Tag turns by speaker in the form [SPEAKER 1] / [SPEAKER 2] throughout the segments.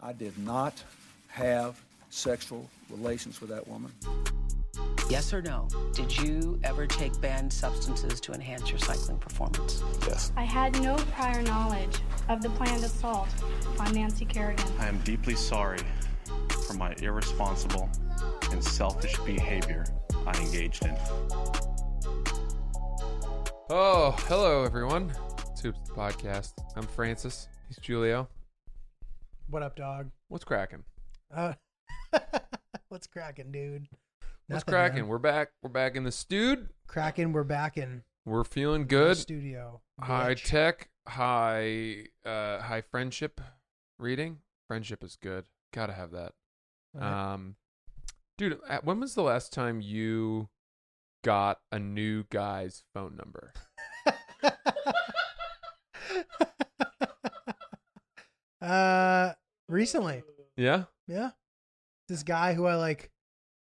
[SPEAKER 1] I did not have sexual relations with that woman.
[SPEAKER 2] Yes or no? Did you ever take banned substances to enhance your cycling performance?
[SPEAKER 3] Yes.
[SPEAKER 4] I had no prior knowledge of the planned assault on Nancy Kerrigan.
[SPEAKER 5] I am deeply sorry for my irresponsible and selfish behavior I engaged in.
[SPEAKER 6] Oh, hello everyone. It's Hoops the Podcast. I'm Francis. He's Julio.
[SPEAKER 7] What up, dog?
[SPEAKER 6] What's cracking?
[SPEAKER 7] Uh, what's cracking, dude?
[SPEAKER 6] What's
[SPEAKER 7] Nothing,
[SPEAKER 6] cracking?
[SPEAKER 7] man.
[SPEAKER 6] We're back. We're back in the stewed.
[SPEAKER 7] Cracking. We're back in
[SPEAKER 6] We're feeling
[SPEAKER 7] the
[SPEAKER 6] good.
[SPEAKER 7] studio.
[SPEAKER 6] High
[SPEAKER 7] Bitch.
[SPEAKER 6] tech, high uh high friendship reading. Friendship is good. Gotta have that.
[SPEAKER 7] Alright.
[SPEAKER 6] Um Dude, at- when was the last time you got a new guy's phone number?
[SPEAKER 7] uh, recently,
[SPEAKER 6] Yeah?
[SPEAKER 7] yeah, this guy who I like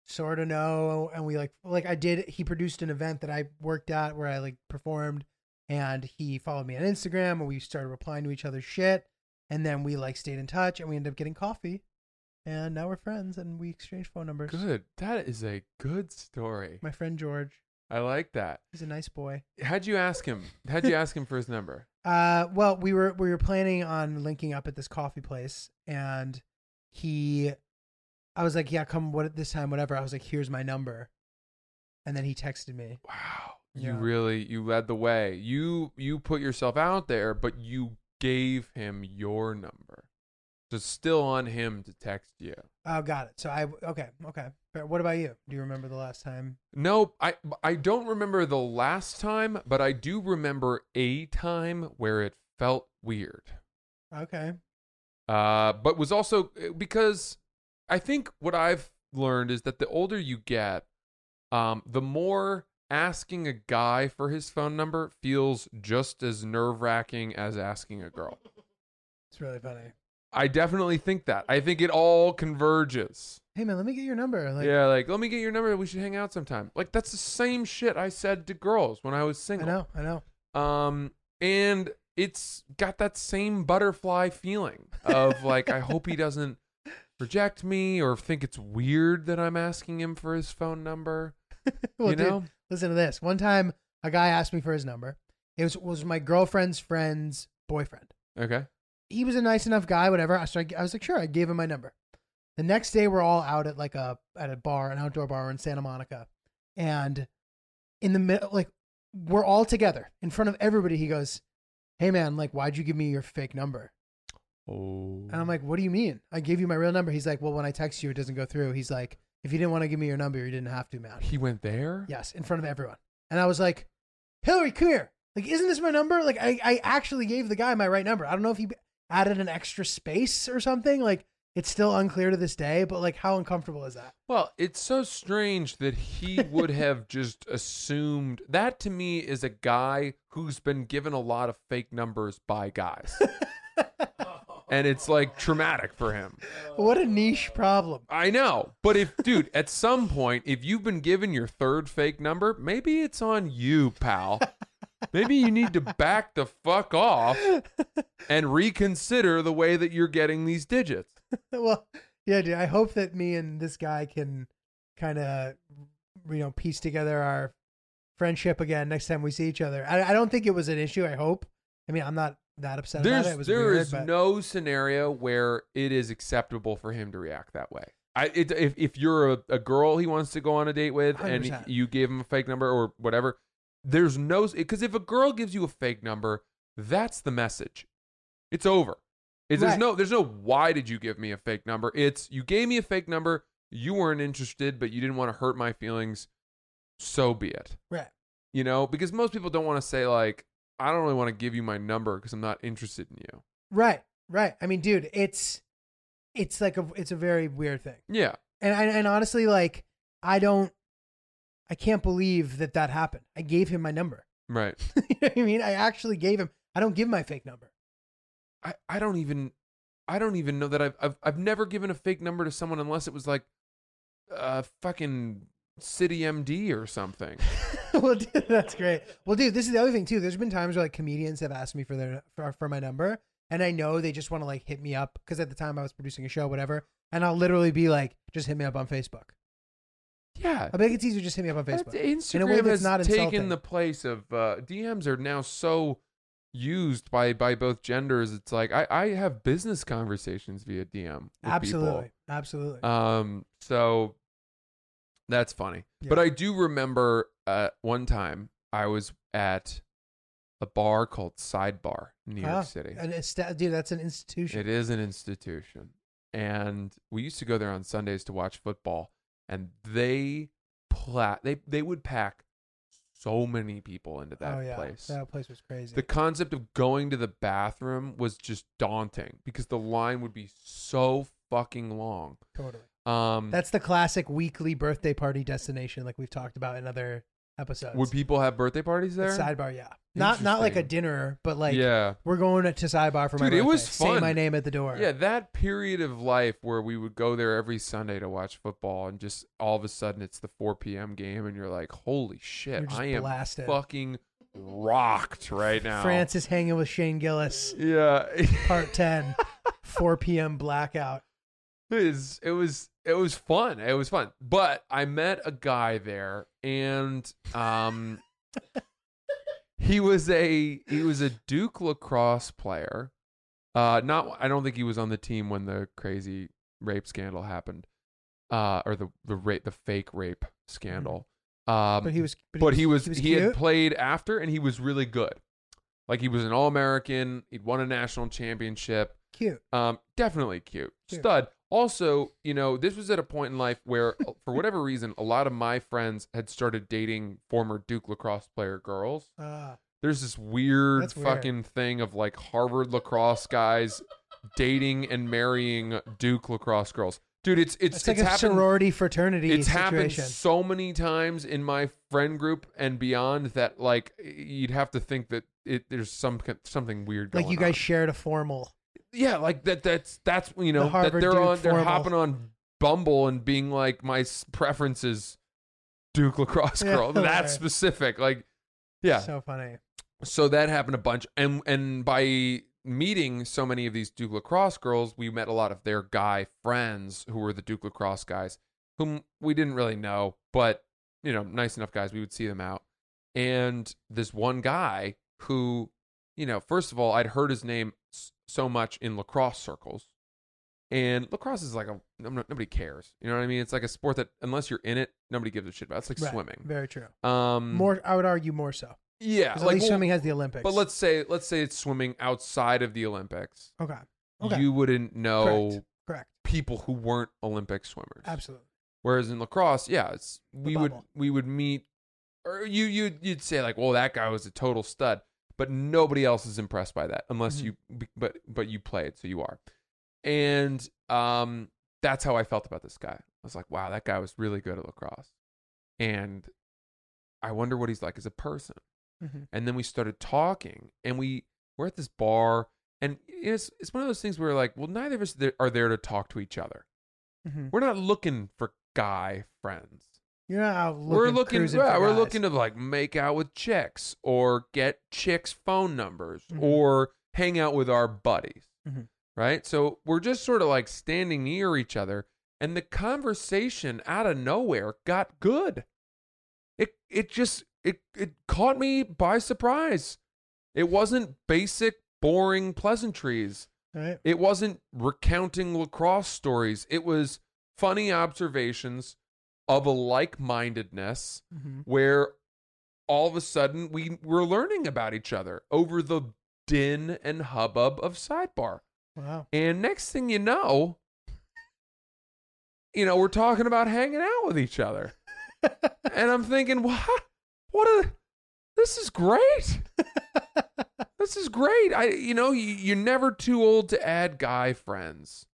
[SPEAKER 7] sort of know, and we like like I did. He produced an event that I worked at where I like performed, and he followed me on Instagram, and we started replying to each other's shit, and then we like stayed in touch, and we ended up getting coffee, and now we're friends, and we exchange phone numbers.
[SPEAKER 6] Good. That is a good story.
[SPEAKER 7] My friend George,
[SPEAKER 6] I like that.
[SPEAKER 7] he's a nice boy.
[SPEAKER 6] How'd you ask him? How'd you ask him for his number?
[SPEAKER 7] Uh, well, we were we were planning on linking up at this coffee place, and he, I was like, yeah, come what this time, whatever. I was like, here's my number, and then he texted me.
[SPEAKER 6] Wow. You
[SPEAKER 7] Yeah.
[SPEAKER 6] really you led the way. You you put yourself out there, but you gave him your number. So it's still on him to text you.
[SPEAKER 7] Oh, got it. So I okay, okay. Fair. What about you? Do you remember the last time?
[SPEAKER 6] No, I I don't remember the last time, but I do remember a time where it felt weird.
[SPEAKER 7] Okay,
[SPEAKER 6] Uh, but was also because I think what I've learned is that the older you get, um, the more asking a guy for his phone number feels just as nerve wracking as asking a girl.
[SPEAKER 7] it's really funny.
[SPEAKER 6] I definitely think that. I think it all converges.
[SPEAKER 7] Hey man, let me get your number. Like,
[SPEAKER 6] yeah, like let me get your number. We should hang out sometime. Like that's the same shit I said to girls when I was
[SPEAKER 7] I
[SPEAKER 6] single.
[SPEAKER 7] know, I know.
[SPEAKER 6] Um, and it's got that same butterfly feeling of like, I hope he doesn't reject me or think it's weird that I'm asking him for his phone number.
[SPEAKER 7] well,
[SPEAKER 6] You
[SPEAKER 7] dude,
[SPEAKER 6] know?
[SPEAKER 7] listen to this. One time, a guy asked me for his number. It was was my girlfriend's friend's boyfriend.
[SPEAKER 6] Okay.
[SPEAKER 7] he was a nice enough guy, whatever. So I, I was like, sure, I gave him my number. The next day, we're all out at like a at a bar, an outdoor bar in Santa Monica, and in the middle, like we're all together in front of everybody. He goes, "Hey man, like why'd you give me your fake number?"
[SPEAKER 6] Oh.
[SPEAKER 7] And I'm like, "What do you mean? I gave you my real number." He's like, "Well, when I text you, it doesn't go through." He's like, "If you didn't want to give me your number, you didn't have to, man."
[SPEAKER 6] he went there?
[SPEAKER 7] Yes, in front of everyone. And I was like, Hillary, come here. Like, isn't this my number? Like, I, I actually gave the guy my right number. I don't know if he added an extra space or something. Like, it's still unclear to this day, but like, how uncomfortable is that?
[SPEAKER 6] Well, it's so strange that he would have just assumed that to me is a guy who's been given a lot of fake numbers by guys. and it's like traumatic for him.
[SPEAKER 7] What a niche problem.
[SPEAKER 6] I know. But if, dude, at some point, if you've been given your third fake number, maybe it's on you, pal. Maybe you need to back the fuck off and reconsider the way that you're getting these digits.
[SPEAKER 7] Well, yeah, dude, I hope that me and this guy can kind of, you know, piece together our friendship again next time we see each other. I, I don't think it was an issue. I hope. I mean, I'm not that upset
[SPEAKER 6] There's,
[SPEAKER 7] about it. It was
[SPEAKER 6] there
[SPEAKER 7] weird,
[SPEAKER 6] is
[SPEAKER 7] but-
[SPEAKER 6] no scenario where it is acceptable for him to react that way. I, it, if, if you're a, a girl he wants to go on a date with and
[SPEAKER 7] 100%.
[SPEAKER 6] you gave him a fake number or whatever, there's no, because if a girl gives you a fake number, that's the message. It's over. It's, There's
[SPEAKER 7] Right.
[SPEAKER 6] no, there's no, why did you give me a fake number? It's, you gave me a fake number, you weren't interested, but you didn't want to hurt my feelings. So be it
[SPEAKER 7] Right.
[SPEAKER 6] you know because most people don't want to say like i don't really want to give you my number because i'm not interested in you
[SPEAKER 7] Right, right. I mean, dude, it's it's like a it's a very weird thing,
[SPEAKER 6] yeah
[SPEAKER 7] and and, and honestly, like I don't, I can't believe that that happened. I gave him my number.
[SPEAKER 6] right
[SPEAKER 7] you know what I mean? I actually gave him. I don't give my fake number.
[SPEAKER 6] i, I don't even i don't even know that I've, I've i've never given a fake number to someone unless it was like uh fucking city md or something
[SPEAKER 7] well, dude, that's great. Well, dude, this is the other thing too. There's been times where like comedians have asked me for their for, for my number, and I know they just want to like hit me up because at the time I was producing a show, whatever, and I'll literally be like, just hit me up on Facebook.
[SPEAKER 6] Yeah.
[SPEAKER 7] I mean, it's easier just hit me up on
[SPEAKER 6] But
[SPEAKER 7] Facebook. in a way
[SPEAKER 6] Instagram
[SPEAKER 7] that's
[SPEAKER 6] has
[SPEAKER 7] not
[SPEAKER 6] taken
[SPEAKER 7] insulting.
[SPEAKER 6] the place of uh, DMs are now so used by by both genders. It's like I, I have business conversations via DM. with
[SPEAKER 7] absolutely, absolutely.
[SPEAKER 6] people. Um. So that's funny.
[SPEAKER 7] Yeah.
[SPEAKER 6] But I do remember uh, one time I was at a bar called Sidebar in New York
[SPEAKER 7] Ah,
[SPEAKER 6] City.
[SPEAKER 7] and it's, that- dude, that's an institution.
[SPEAKER 6] It is an institution. And we used to go there on Sundays to watch football and they pla- they they would pack so many people into that
[SPEAKER 7] oh yeah,
[SPEAKER 6] place.
[SPEAKER 7] that place was crazy.
[SPEAKER 6] The concept of going to the bathroom was just daunting because the line would be so fucking long.
[SPEAKER 7] totally.
[SPEAKER 6] Um
[SPEAKER 7] That's the classic weekly birthday party destination, like we've talked about in other episodes.
[SPEAKER 6] would people have birthday parties there?
[SPEAKER 7] It's sidebar, yeah. Not not like a
[SPEAKER 6] Interesting.
[SPEAKER 7] dinner, but like
[SPEAKER 6] yeah.
[SPEAKER 7] we're going to sidebar for my
[SPEAKER 6] Dude, it was
[SPEAKER 7] birthday. Say
[SPEAKER 6] fun.
[SPEAKER 7] my name at the door.
[SPEAKER 6] Yeah, that period of life where we would go there every Sunday to watch football, and just all of a sudden it's the 4 p.m. game, and you're like, "Holy
[SPEAKER 7] You're
[SPEAKER 6] shit,
[SPEAKER 7] just
[SPEAKER 6] I am
[SPEAKER 7] blasted.
[SPEAKER 6] fucking rocked right now."
[SPEAKER 7] France is hanging with Shane Gillis,
[SPEAKER 6] yeah,
[SPEAKER 7] part 10, 4 p.m. blackout.
[SPEAKER 6] it was it was it was fun. It was fun, but I met a guy there, and um, he was a he was a Duke lacrosse player. Uh, not I don't think he was on the team when the crazy rape scandal happened, uh, or the the rape the fake rape scandal. Um,
[SPEAKER 7] But he was,
[SPEAKER 6] but, he was, he, had
[SPEAKER 7] cute.
[SPEAKER 6] played after, and he was really good. Like he was an All American. He'd won a national championship.
[SPEAKER 7] cute.
[SPEAKER 6] Um, definitely cute.
[SPEAKER 7] Cute.
[SPEAKER 6] Stud. Also, you know, this was at a point in life where, uh, for whatever reason, a lot of my friends had started dating former Duke lacrosse player girls.
[SPEAKER 7] Ah,
[SPEAKER 6] There's this weird
[SPEAKER 7] That's weird.
[SPEAKER 6] fucking thing of like Harvard lacrosse guys dating and marrying Duke lacrosse girls. Dude, it's it's
[SPEAKER 7] it's like
[SPEAKER 6] it's
[SPEAKER 7] a
[SPEAKER 6] happened,
[SPEAKER 7] sorority fraternity
[SPEAKER 6] It's happened
[SPEAKER 7] situation.
[SPEAKER 6] so many times in my friend group and beyond that like you'd have to think that it there's some something weird going
[SPEAKER 7] like you guys
[SPEAKER 6] on
[SPEAKER 7] shared a formal.
[SPEAKER 6] yeah, like that. That's that's you know that
[SPEAKER 7] Harvard
[SPEAKER 6] they're
[SPEAKER 7] Duke
[SPEAKER 6] on. They're
[SPEAKER 7] formal.
[SPEAKER 6] hopping on Bumble and being like, my s- preference is Duke lacrosse
[SPEAKER 7] Yeah,
[SPEAKER 6] girl.
[SPEAKER 7] right.
[SPEAKER 6] that specific, like, yeah. So,
[SPEAKER 7] So funny.
[SPEAKER 6] that happened a bunch, and and by meeting so many of these Duke lacrosse girls, we met a lot of their guy friends who were the Duke lacrosse guys, whom we didn't really know, but you know, nice enough guys. We would see them out, and this one guy who you know, first of all, I'd heard his name s- so much in lacrosse circles, and lacrosse is like a I'm not- nobody cares. You know what I mean? It's like a sport that unless you're in it, nobody gives a shit about. It's like
[SPEAKER 7] Right.
[SPEAKER 6] swimming.
[SPEAKER 7] Very true.
[SPEAKER 6] Um,
[SPEAKER 7] More, I would argue more so.
[SPEAKER 6] yeah,
[SPEAKER 7] 'Cause at
[SPEAKER 6] like
[SPEAKER 7] least
[SPEAKER 6] well,
[SPEAKER 7] swimming has the Olympics.
[SPEAKER 6] But let's say let's say it's swimming outside of the Olympics.
[SPEAKER 7] okay. Okay.
[SPEAKER 6] You wouldn't know
[SPEAKER 7] Correct. Correct.
[SPEAKER 6] people who weren't Olympic swimmers.
[SPEAKER 7] Absolutely.
[SPEAKER 6] Whereas in lacrosse, yeah, it's, we would
[SPEAKER 7] bubble.
[SPEAKER 6] we would meet, or you you you'd say like, well, that guy was a total stud, but nobody else is impressed by that unless
[SPEAKER 7] Mhm.
[SPEAKER 6] you, but but you played, so you are, and um, that's how I felt about this guy. I was like, wow, that guy was really good at lacrosse, and I wonder what he's like as a person.
[SPEAKER 7] Mhm.
[SPEAKER 6] And then we started talking, and we we're at this bar, and it's it's one of those things where like, well, neither of us there- are there to talk to each other.
[SPEAKER 7] Mhm.
[SPEAKER 6] We're not looking for guy friends.
[SPEAKER 7] You're not out looking.
[SPEAKER 6] we're looking,
[SPEAKER 7] cruising
[SPEAKER 6] yeah,
[SPEAKER 7] for
[SPEAKER 6] we're
[SPEAKER 7] guys.
[SPEAKER 6] looking to like make out with chicks or get chicks' phone numbers
[SPEAKER 7] Mhm.
[SPEAKER 6] or hang out with our buddies,
[SPEAKER 7] Mhm.
[SPEAKER 6] right? So we're just sort of like standing near each other, and the conversation out of nowhere got good. It it just it it caught me by surprise. It wasn't basic, boring pleasantries.
[SPEAKER 7] Right.
[SPEAKER 6] It wasn't recounting lacrosse stories. It was funny observations of a like mindedness
[SPEAKER 7] Mhm.
[SPEAKER 6] where all of a sudden we were learning about each other over the din and hubbub of sidebar.
[SPEAKER 7] Wow.
[SPEAKER 6] And next thing you know, you know, we're talking about hanging out with each other. and I'm thinking, what? What a this is great. this is great. I you know, you, you're never too old to add guy friends.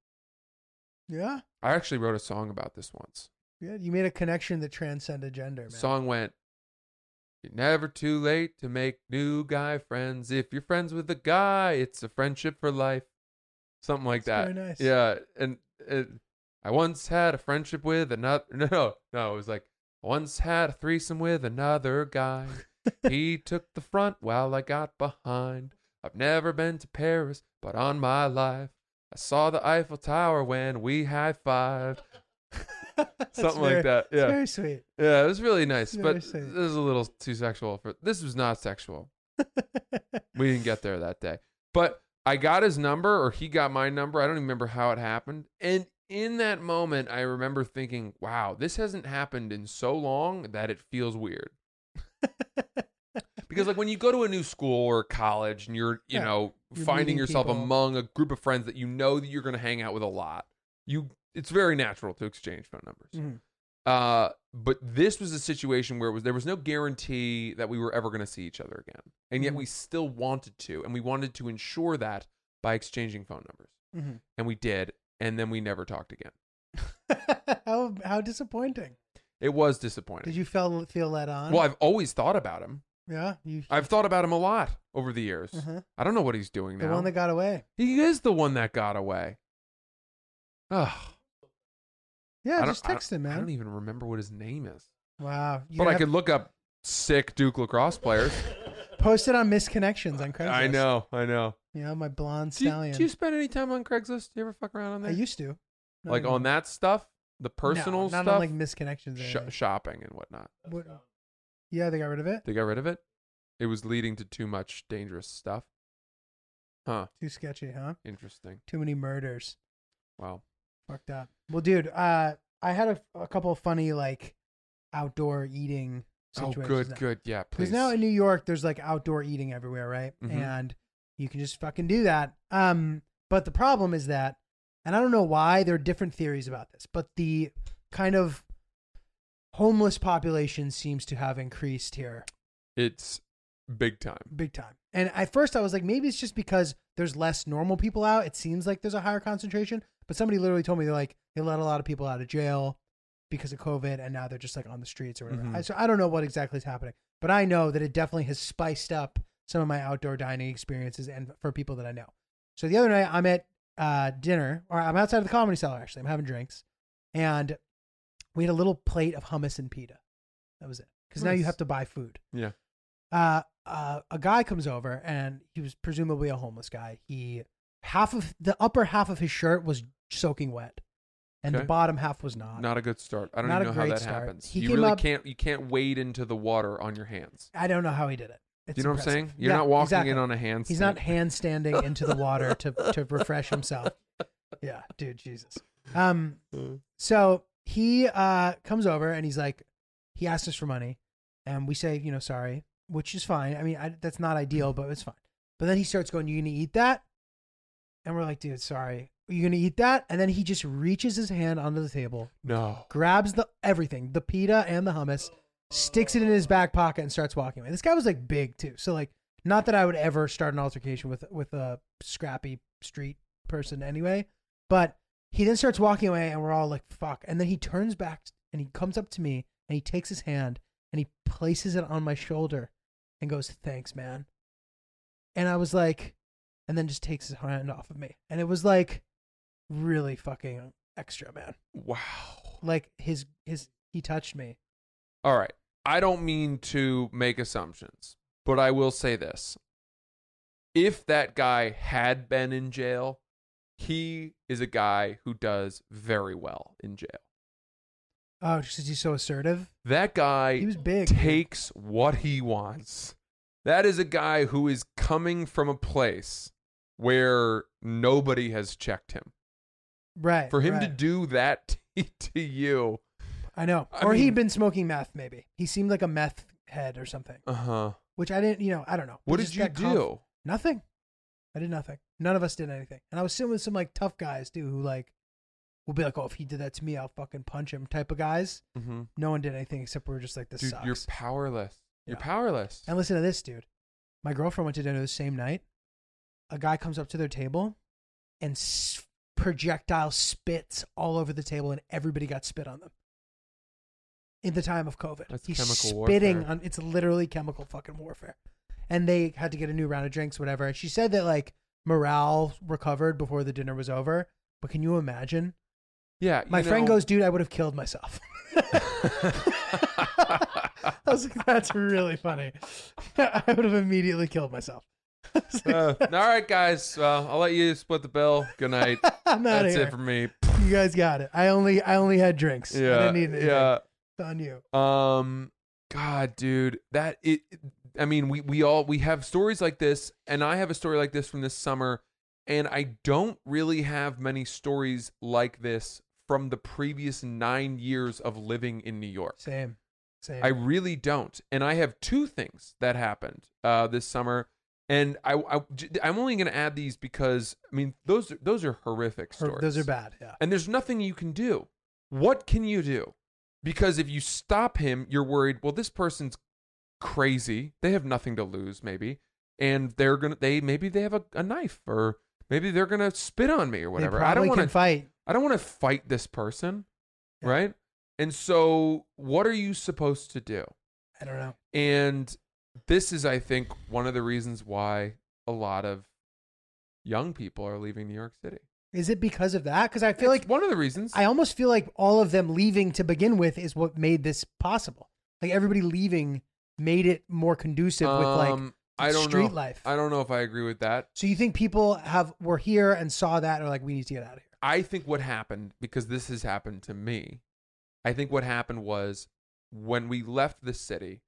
[SPEAKER 7] Yeah.
[SPEAKER 6] I actually wrote a song about this once.
[SPEAKER 7] Good. You made a connection that transcended gender, man.
[SPEAKER 6] song went you're never too late to make new guy friends if you're friends with a guy it's a friendship for life something like
[SPEAKER 7] That's
[SPEAKER 6] that
[SPEAKER 7] very nice.
[SPEAKER 6] yeah and it, i once had a friendship with another no no no it was like "I once had a threesome with another guy he took the front while i got behind I've never been to Paris, but on my life, I saw the Eiffel Tower when we high fived.
[SPEAKER 7] That's
[SPEAKER 6] Something
[SPEAKER 7] very-
[SPEAKER 6] like that.
[SPEAKER 7] It's
[SPEAKER 6] Yeah.
[SPEAKER 7] very sweet.
[SPEAKER 6] Yeah, it was really nice,
[SPEAKER 7] Yeah,
[SPEAKER 6] but
[SPEAKER 7] I see.
[SPEAKER 6] this is a little too sexual for this was not sexual. we didn't get there that day. But I got his number or he got my number. I don't even remember how it happened. And in that moment, I remember thinking, wow, this hasn't happened in so long that it feels weird. because like when you go to a new school or college and you're, you
[SPEAKER 7] Yeah,
[SPEAKER 6] know,
[SPEAKER 7] you're
[SPEAKER 6] finding
[SPEAKER 7] meeting
[SPEAKER 6] yourself
[SPEAKER 7] people.
[SPEAKER 6] among a group of friends that you know that you're going to hang out with a lot, you it's very natural to exchange phone numbers.
[SPEAKER 7] Mhm.
[SPEAKER 6] Uh, but this was a situation where it was there was no guarantee that we were ever going to see each other again, and yet
[SPEAKER 7] Mhm.
[SPEAKER 6] we still wanted to, and we wanted to ensure that by exchanging phone numbers,
[SPEAKER 7] Mhm.
[SPEAKER 6] and we did, and then we never talked again.
[SPEAKER 7] Mm-hmm. how how disappointing.
[SPEAKER 6] It was disappointing.
[SPEAKER 7] Did you feel feel let on?
[SPEAKER 6] well, I've always thought about him.
[SPEAKER 7] yeah, you
[SPEAKER 6] I've thought about him a lot over the years.
[SPEAKER 7] Uh-huh.
[SPEAKER 6] I don't know what he's doing
[SPEAKER 7] the
[SPEAKER 6] now.
[SPEAKER 7] one that got away.
[SPEAKER 6] he is the one that got away. Ugh. I
[SPEAKER 7] Yeah,
[SPEAKER 6] don't-
[SPEAKER 7] just
[SPEAKER 6] I don't-
[SPEAKER 7] text him,
[SPEAKER 6] I don't
[SPEAKER 7] man.
[SPEAKER 6] even remember what his name is.
[SPEAKER 7] Wow, you
[SPEAKER 6] but I
[SPEAKER 7] have-
[SPEAKER 6] could look up sick Duke lacrosse players.
[SPEAKER 7] post it on misconnections on Craigslist.
[SPEAKER 6] I know, I know.
[SPEAKER 7] You know, my blonde
[SPEAKER 6] Do you,
[SPEAKER 7] stallion.
[SPEAKER 6] do you spend any time on Craigslist? Do you ever fuck around on
[SPEAKER 7] I
[SPEAKER 6] there?
[SPEAKER 7] used to. Not
[SPEAKER 6] like on
[SPEAKER 7] anymore.
[SPEAKER 6] that stuff, the personal
[SPEAKER 7] no, not
[SPEAKER 6] stuff,
[SPEAKER 7] on like misconnections. or
[SPEAKER 6] Sho-
[SPEAKER 7] anything.
[SPEAKER 6] shopping and whatnot.
[SPEAKER 7] What- yeah, they got rid of it.
[SPEAKER 6] They got rid of it. It was leading to too much dangerous stuff. Huh.
[SPEAKER 7] Too sketchy, huh?
[SPEAKER 6] Interesting.
[SPEAKER 7] Too many murders.
[SPEAKER 6] Wow.
[SPEAKER 7] Fucked up. Well, dude, uh, I had a, a couple of funny like outdoor eating
[SPEAKER 6] Oh,
[SPEAKER 7] situations.
[SPEAKER 6] good,
[SPEAKER 7] now.
[SPEAKER 6] good. Yeah,
[SPEAKER 7] Because
[SPEAKER 6] please.
[SPEAKER 7] now in New York, there's like outdoor eating everywhere, right?
[SPEAKER 6] Mhm.
[SPEAKER 7] And you can just fucking do that. Um, but the problem is that, and I don't know why there are different theories about this, but the kind of homeless population seems to have increased here
[SPEAKER 6] it's big time.
[SPEAKER 7] big time. And at first, I was like, maybe it's just because there's less normal people out. It seems like there's a higher concentration. But somebody literally told me they're like they let a lot of people out of jail because of COVID, and now they're just like on the streets or whatever.
[SPEAKER 6] Mhm.
[SPEAKER 7] I, so I don't know what exactly is happening, but I know that it definitely has spiced up some of my outdoor dining experiences and for people that I know. So the other night, I'm at uh, dinner, or I'm outside of the comedy cellar. Actually, I'm having drinks, and we had a little plate of hummus and pita. That was it. Because now you
[SPEAKER 6] Nice.
[SPEAKER 7] have to buy food
[SPEAKER 6] Yeah.
[SPEAKER 7] uh, uh, a guy comes over and he was presumably a homeless guy. He half of the upper half of his shirt was soaking wet, and
[SPEAKER 6] Okay.
[SPEAKER 7] the bottom half was not.
[SPEAKER 6] Not a good start. I don't
[SPEAKER 7] Not
[SPEAKER 6] even
[SPEAKER 7] a
[SPEAKER 6] know how
[SPEAKER 7] great
[SPEAKER 6] that
[SPEAKER 7] start.
[SPEAKER 6] happens.
[SPEAKER 7] He
[SPEAKER 6] you
[SPEAKER 7] came
[SPEAKER 6] really
[SPEAKER 7] up-
[SPEAKER 6] can't. You can't wade into the water on your hands.
[SPEAKER 7] I don't know how he did it. It's
[SPEAKER 6] Do you know
[SPEAKER 7] impressive.
[SPEAKER 6] what I'm saying? You're
[SPEAKER 7] Yeah,
[SPEAKER 6] not walking
[SPEAKER 7] exactly.
[SPEAKER 6] in on a handstand.
[SPEAKER 7] He's not handstanding into the water to to refresh himself. Yeah, dude, Jesus. Um, so he uh comes over and he's like, he asks us for money, and we say, you know, sorry, which is fine. I mean, I, that's not ideal, but it's fine. But then he starts going, "You gonna eat that?" And we're like, "Dude, sorry, are you gonna eat that?" And then he just reaches his hand onto the table,
[SPEAKER 6] No.
[SPEAKER 7] grabs the everything, the pita and the hummus, sticks it in his back pocket and starts walking away. This guy was like big too. So like not that I would ever start an altercation with with a scrappy street person anyway, but he then starts walking away and we're all like fuck. And then he turns back and he comes up to me and he takes his hand and he places it on my shoulder and goes, "Thanks, man." And I was like and then just takes his hand off of me. And it was like really fucking extra, man
[SPEAKER 6] Wow.
[SPEAKER 7] like his his he touched me.
[SPEAKER 6] All right. I don't mean to make assumptions, but I will say this. If that guy had been in jail, he is a guy who does very well in jail.
[SPEAKER 7] Oh, just 'cause he's so assertive.
[SPEAKER 6] That guy
[SPEAKER 7] He was big. dude.
[SPEAKER 6] takes what he wants. That is a guy who is coming from a place where nobody has checked him.
[SPEAKER 7] right
[SPEAKER 6] For him to
[SPEAKER 7] right.
[SPEAKER 6] do that to you,
[SPEAKER 7] I know.
[SPEAKER 6] I
[SPEAKER 7] or
[SPEAKER 6] mean-
[SPEAKER 7] he'd been smoking meth. Maybe he seemed like a meth head or something,
[SPEAKER 6] uh huh.
[SPEAKER 7] which I didn't. You know, I don't know.
[SPEAKER 6] What
[SPEAKER 7] But
[SPEAKER 6] did
[SPEAKER 7] just
[SPEAKER 6] you
[SPEAKER 7] that conf-
[SPEAKER 6] do?
[SPEAKER 7] nothing. I did nothing. None of us did anything. And I was sitting with some like tough guys too, who like will be like, "Oh, if he did that to me, I'll fucking punch him." Type of guys.
[SPEAKER 6] hmm
[SPEAKER 7] No one did anything except we were just like, "This
[SPEAKER 6] Dude,
[SPEAKER 7] sucks."
[SPEAKER 6] you're powerless. You're
[SPEAKER 7] Yeah.
[SPEAKER 6] powerless.
[SPEAKER 7] And listen to this, dude. My girlfriend went to dinner the same night. A guy comes up to their table and s- projectile spits all over the table, and everybody got spit on them. In the time of COVID,
[SPEAKER 6] That's
[SPEAKER 7] he's
[SPEAKER 6] chemical
[SPEAKER 7] spitting
[SPEAKER 6] warfare.
[SPEAKER 7] on. It's literally chemical fucking warfare. And they had to get a new round of drinks, whatever. And she said that like morale recovered before the dinner was over. But can you imagine?
[SPEAKER 6] Yeah,
[SPEAKER 7] My
[SPEAKER 6] you
[SPEAKER 7] friend
[SPEAKER 6] know-
[SPEAKER 7] goes, "Dude, I would have killed myself." I was like, "That's really funny." I would have immediately killed myself.
[SPEAKER 6] Uh, all right, guys. Uh, I'll let you split the bill. Good night.
[SPEAKER 7] I'm out of
[SPEAKER 6] That's
[SPEAKER 7] here.
[SPEAKER 6] it for me.
[SPEAKER 7] you guys got it. I only I only had drinks. I
[SPEAKER 6] Yeah,
[SPEAKER 7] didn't need anything.
[SPEAKER 6] yeah.
[SPEAKER 7] It's on you.
[SPEAKER 6] Um, God, dude, that it. I mean, we we all we have stories like this, and I have a story like this from this summer, and I don't really have many stories like this from the previous nine years of living in New York.
[SPEAKER 7] Same. Same.
[SPEAKER 6] I really don't. And I have two things that happened uh, this summer, and I, I am only going to add these because I mean those those are horrific
[SPEAKER 7] Or-
[SPEAKER 6] stories.
[SPEAKER 7] Those are bad. Yeah.
[SPEAKER 6] And there's nothing you can do. What can you do? Because if you stop him, you're worried. Well, this person's crazy. They have nothing to lose, maybe, and they're gonna they maybe they have a, a knife or maybe they're gonna spit on me or whatever.
[SPEAKER 7] They
[SPEAKER 6] I don't
[SPEAKER 7] probably
[SPEAKER 6] want to
[SPEAKER 7] can fight.
[SPEAKER 6] I don't want to fight this person,
[SPEAKER 7] Yeah.
[SPEAKER 6] right? And so, what are you supposed to do?
[SPEAKER 7] I don't know.
[SPEAKER 6] And this is, I think, one of the reasons why a lot of young people are leaving New York City.
[SPEAKER 7] Is it because of that? Because I feel
[SPEAKER 6] It's
[SPEAKER 7] like
[SPEAKER 6] one of the reasons.
[SPEAKER 7] I almost feel like all of them leaving to begin with is what made this possible. Like everybody leaving made it more conducive with like.
[SPEAKER 6] Um, I don't
[SPEAKER 7] street
[SPEAKER 6] know.
[SPEAKER 7] life.
[SPEAKER 6] I don't know if I agree with that.
[SPEAKER 7] So you think people have were here and saw that and are like, we need to get out of here.
[SPEAKER 6] I think what happened because this has happened to me. I think what happened was when we left the city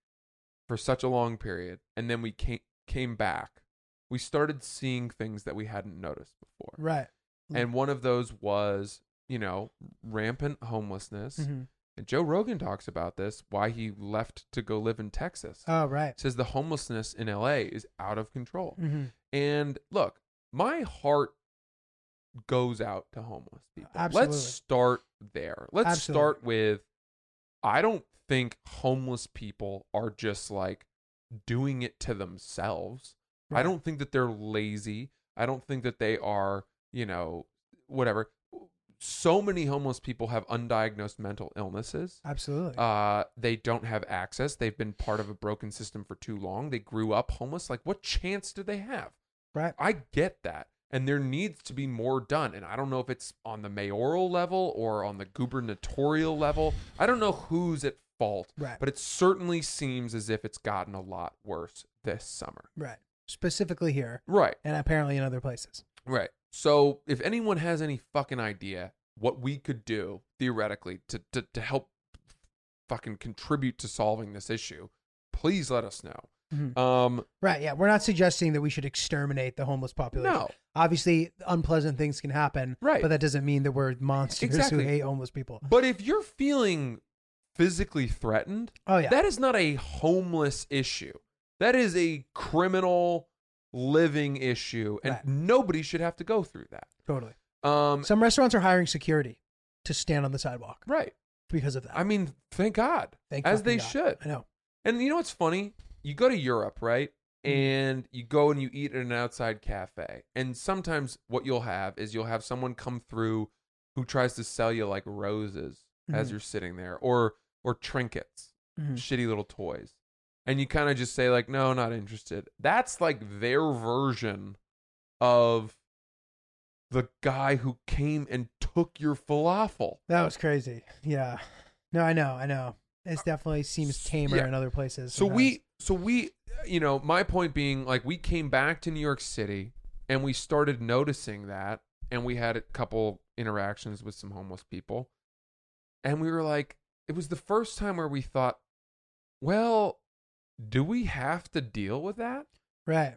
[SPEAKER 6] for such a long period, and then we came came back. We started seeing things that we hadn't noticed before.
[SPEAKER 7] Right.
[SPEAKER 6] And one of those was, you know, rampant homelessness.
[SPEAKER 7] Mhm.
[SPEAKER 6] And Joe Rogan talks about this why he left to go live in Texas.
[SPEAKER 7] Oh, right.
[SPEAKER 6] Says the homelessness in LA is out of control.
[SPEAKER 7] hmm
[SPEAKER 6] And look, my heart goes out to homeless people.
[SPEAKER 7] Absolutely.
[SPEAKER 6] Let's start there. Let's
[SPEAKER 7] Absolutely.
[SPEAKER 6] start with I don't think homeless people are just like doing it to themselves. I
[SPEAKER 7] Right.
[SPEAKER 6] don't think that they're lazy. I don't think that they are, you know, whatever. So many homeless people have undiagnosed mental illnesses.
[SPEAKER 7] Absolutely.
[SPEAKER 6] Uh, they don't have access. They've been part of a broken system for too long. They grew up homeless. Like, what chance do they have?
[SPEAKER 7] right.
[SPEAKER 6] I get that. And there needs to be more done. And I don't know if it's on the mayoral level or on the gubernatorial level. I don't know who's at fault,
[SPEAKER 7] Right.
[SPEAKER 6] but it certainly seems as if it's gotten a lot worse this summer.
[SPEAKER 7] Right. Specifically here
[SPEAKER 6] Right,
[SPEAKER 7] and apparently in other places.
[SPEAKER 6] right. So if anyone has any fucking idea what we could do theoretically to, to, to help fucking contribute to solving this issue, please let us know.
[SPEAKER 7] Mhm.
[SPEAKER 6] Um,
[SPEAKER 7] Right. Yeah. We're not suggesting that we should exterminate the homeless population.
[SPEAKER 6] No.
[SPEAKER 7] Obviously, unpleasant things can happen.
[SPEAKER 6] Right.
[SPEAKER 7] But that doesn't mean that we're monsters
[SPEAKER 6] Exactly.
[SPEAKER 7] who hate homeless people.
[SPEAKER 6] But if you're feeling physically threatened,
[SPEAKER 7] Oh, yeah.
[SPEAKER 6] that is not a homeless issue. That is a criminal living issue, and
[SPEAKER 7] Right.
[SPEAKER 6] nobody should have to go through that.
[SPEAKER 7] Totally.
[SPEAKER 6] Um,
[SPEAKER 7] Some restaurants are hiring security to stand on the sidewalk
[SPEAKER 6] right.
[SPEAKER 7] because of that.
[SPEAKER 6] I mean, thank God,
[SPEAKER 7] Thank
[SPEAKER 6] as
[SPEAKER 7] fucking
[SPEAKER 6] they
[SPEAKER 7] God.
[SPEAKER 6] should.
[SPEAKER 7] I know.
[SPEAKER 6] And you know what's funny? You go to Europe, right?
[SPEAKER 7] Mhm.
[SPEAKER 6] And you go and you eat at an outside cafe. And sometimes what you'll have is you'll have someone come through who tries to sell you like roses as
[SPEAKER 7] Mhm.
[SPEAKER 6] you're sitting there or or trinkets,
[SPEAKER 7] Mhm.
[SPEAKER 6] shitty little toys. And you kind of just say like, "No, not interested." That's like their version of the guy who came and took your falafel.
[SPEAKER 7] That was crazy. Yeah. No, I know. I know. It definitely seems tamer
[SPEAKER 6] Yeah.
[SPEAKER 7] in other places.
[SPEAKER 6] So
[SPEAKER 7] sometimes.
[SPEAKER 6] we, so we, you know, my point being, like, we came back to New York City and we started noticing that, and we had a couple interactions with some homeless people, and we were like, it was the first time where we thought, well, do we have to deal with that?
[SPEAKER 7] Right.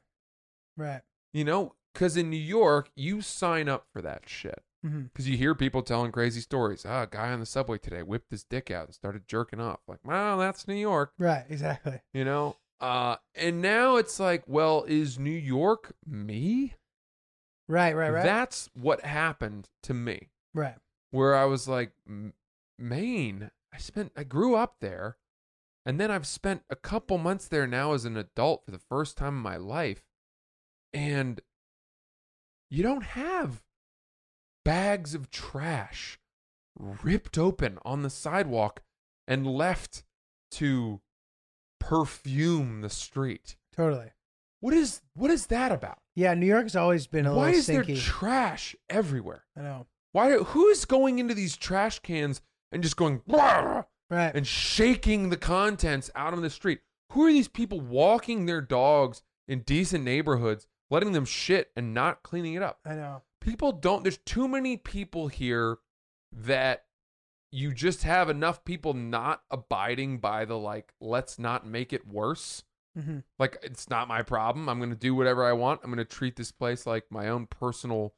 [SPEAKER 7] Right.
[SPEAKER 6] You know, because in New York, you sign up for that shit.
[SPEAKER 7] hmm
[SPEAKER 6] Because you hear people telling crazy stories. Ah, a guy on the subway today whipped his dick out and started jerking off. Like, wow, that's New York
[SPEAKER 7] Right. Exactly.
[SPEAKER 6] you know uh and now it's like well is new york me
[SPEAKER 7] Right. Right. Right.
[SPEAKER 6] that's what happened to me
[SPEAKER 7] right.
[SPEAKER 6] where i was like "M- maine i spent i grew up there and then i've spent a couple months there now as an adult for the first time in my life and you don't have bags of trash ripped open on the sidewalk and left to perfume the street
[SPEAKER 7] Totally.
[SPEAKER 6] What is what is that about?
[SPEAKER 7] Yeah. New York's always been a
[SPEAKER 6] Why
[SPEAKER 7] little
[SPEAKER 6] is there
[SPEAKER 7] stinky.
[SPEAKER 6] trash everywhere?
[SPEAKER 7] I know.
[SPEAKER 6] Why who's going into these trash cans and just going "Rah!"
[SPEAKER 7] Right.
[SPEAKER 6] and shaking the contents out on the street? Who are these people walking their dogs in decent neighborhoods letting them shit and not cleaning it up.
[SPEAKER 7] I know.
[SPEAKER 6] People don't, there's too many people here that you just have enough people not abiding by the like, let's not make it worse.
[SPEAKER 7] hmm
[SPEAKER 6] Like, it's not my problem. I'm going to do whatever I want. I'm going to treat this place like my own personal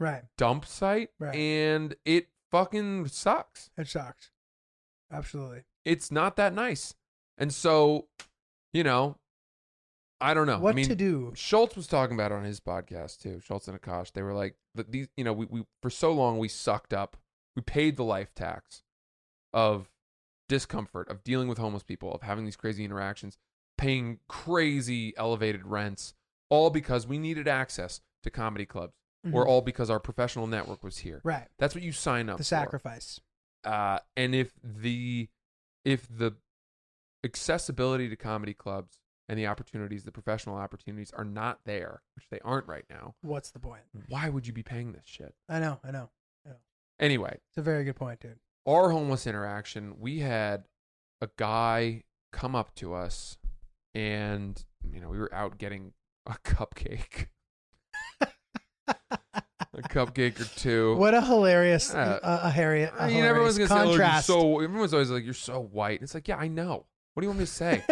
[SPEAKER 7] Right.
[SPEAKER 6] dump site.
[SPEAKER 7] Right.
[SPEAKER 6] And it fucking sucks.
[SPEAKER 7] It sucks. Absolutely.
[SPEAKER 6] It's not that nice. And so, you know, I don't know.
[SPEAKER 7] what
[SPEAKER 6] I mean,
[SPEAKER 7] to do?
[SPEAKER 6] Schultz was talking about it on his podcast too. Schultz and Akash, they were like, "But these, you know, we, we for so long we sucked up. We paid the life tax of discomfort of dealing with homeless people, of having these crazy interactions, paying crazy elevated rents, all because we needed access to comedy clubs, or
[SPEAKER 7] Mhm.
[SPEAKER 6] all because our professional network was here.
[SPEAKER 7] Right.
[SPEAKER 6] That's what you sign up
[SPEAKER 7] The
[SPEAKER 6] for
[SPEAKER 7] sacrifice.
[SPEAKER 6] uh, and if the if the accessibility to comedy clubs and the opportunities, the professional opportunities, are not there, which they aren't right now,
[SPEAKER 7] What's the point?
[SPEAKER 6] why would you be paying this shit?
[SPEAKER 7] I know. I know.
[SPEAKER 6] Anyway,
[SPEAKER 7] It's a very good point, dude.
[SPEAKER 6] our homeless interaction, we had a guy come up to us, and you know we were out getting a cupcake, a cupcake or two.
[SPEAKER 7] What a hilarious,
[SPEAKER 6] Uh,
[SPEAKER 7] uh, a Harriet.
[SPEAKER 6] I
[SPEAKER 7] a
[SPEAKER 6] mean, everyone's gonna
[SPEAKER 7] hilarious
[SPEAKER 6] say, "Oh,
[SPEAKER 7] contrast.
[SPEAKER 6] you're so." Everyone's always like, "You're so white." It's like, yeah, I know. What do you want me to say?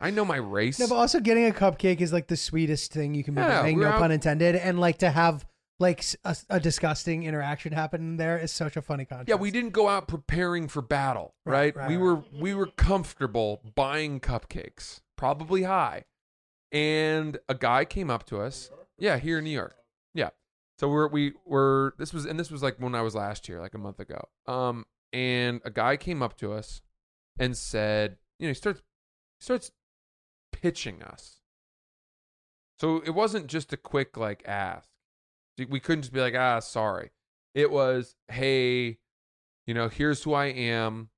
[SPEAKER 6] I know my race.
[SPEAKER 7] No, but also getting a cupcake is like the sweetest thing you can be
[SPEAKER 6] Yeah,
[SPEAKER 7] doing,
[SPEAKER 6] we're
[SPEAKER 7] no
[SPEAKER 6] out-
[SPEAKER 7] pun intended. And like to have like s- a, a disgusting interaction happen there is such a funny contrast.
[SPEAKER 6] yeah, we didn't go out preparing for battle, right?
[SPEAKER 7] Right, right,
[SPEAKER 6] we
[SPEAKER 7] right.
[SPEAKER 6] were we were comfortable buying cupcakes, probably high. And a guy came up to us. Yeah, here in New York. Yeah. So we're we were this was and this was like when I was last year, like a month ago. Um, and a guy came up to us and said, you know, he starts starts pitching us. So it wasn't just a quick like ask. We couldn't just be like, ah, sorry. It was, hey, you know, here's who I am.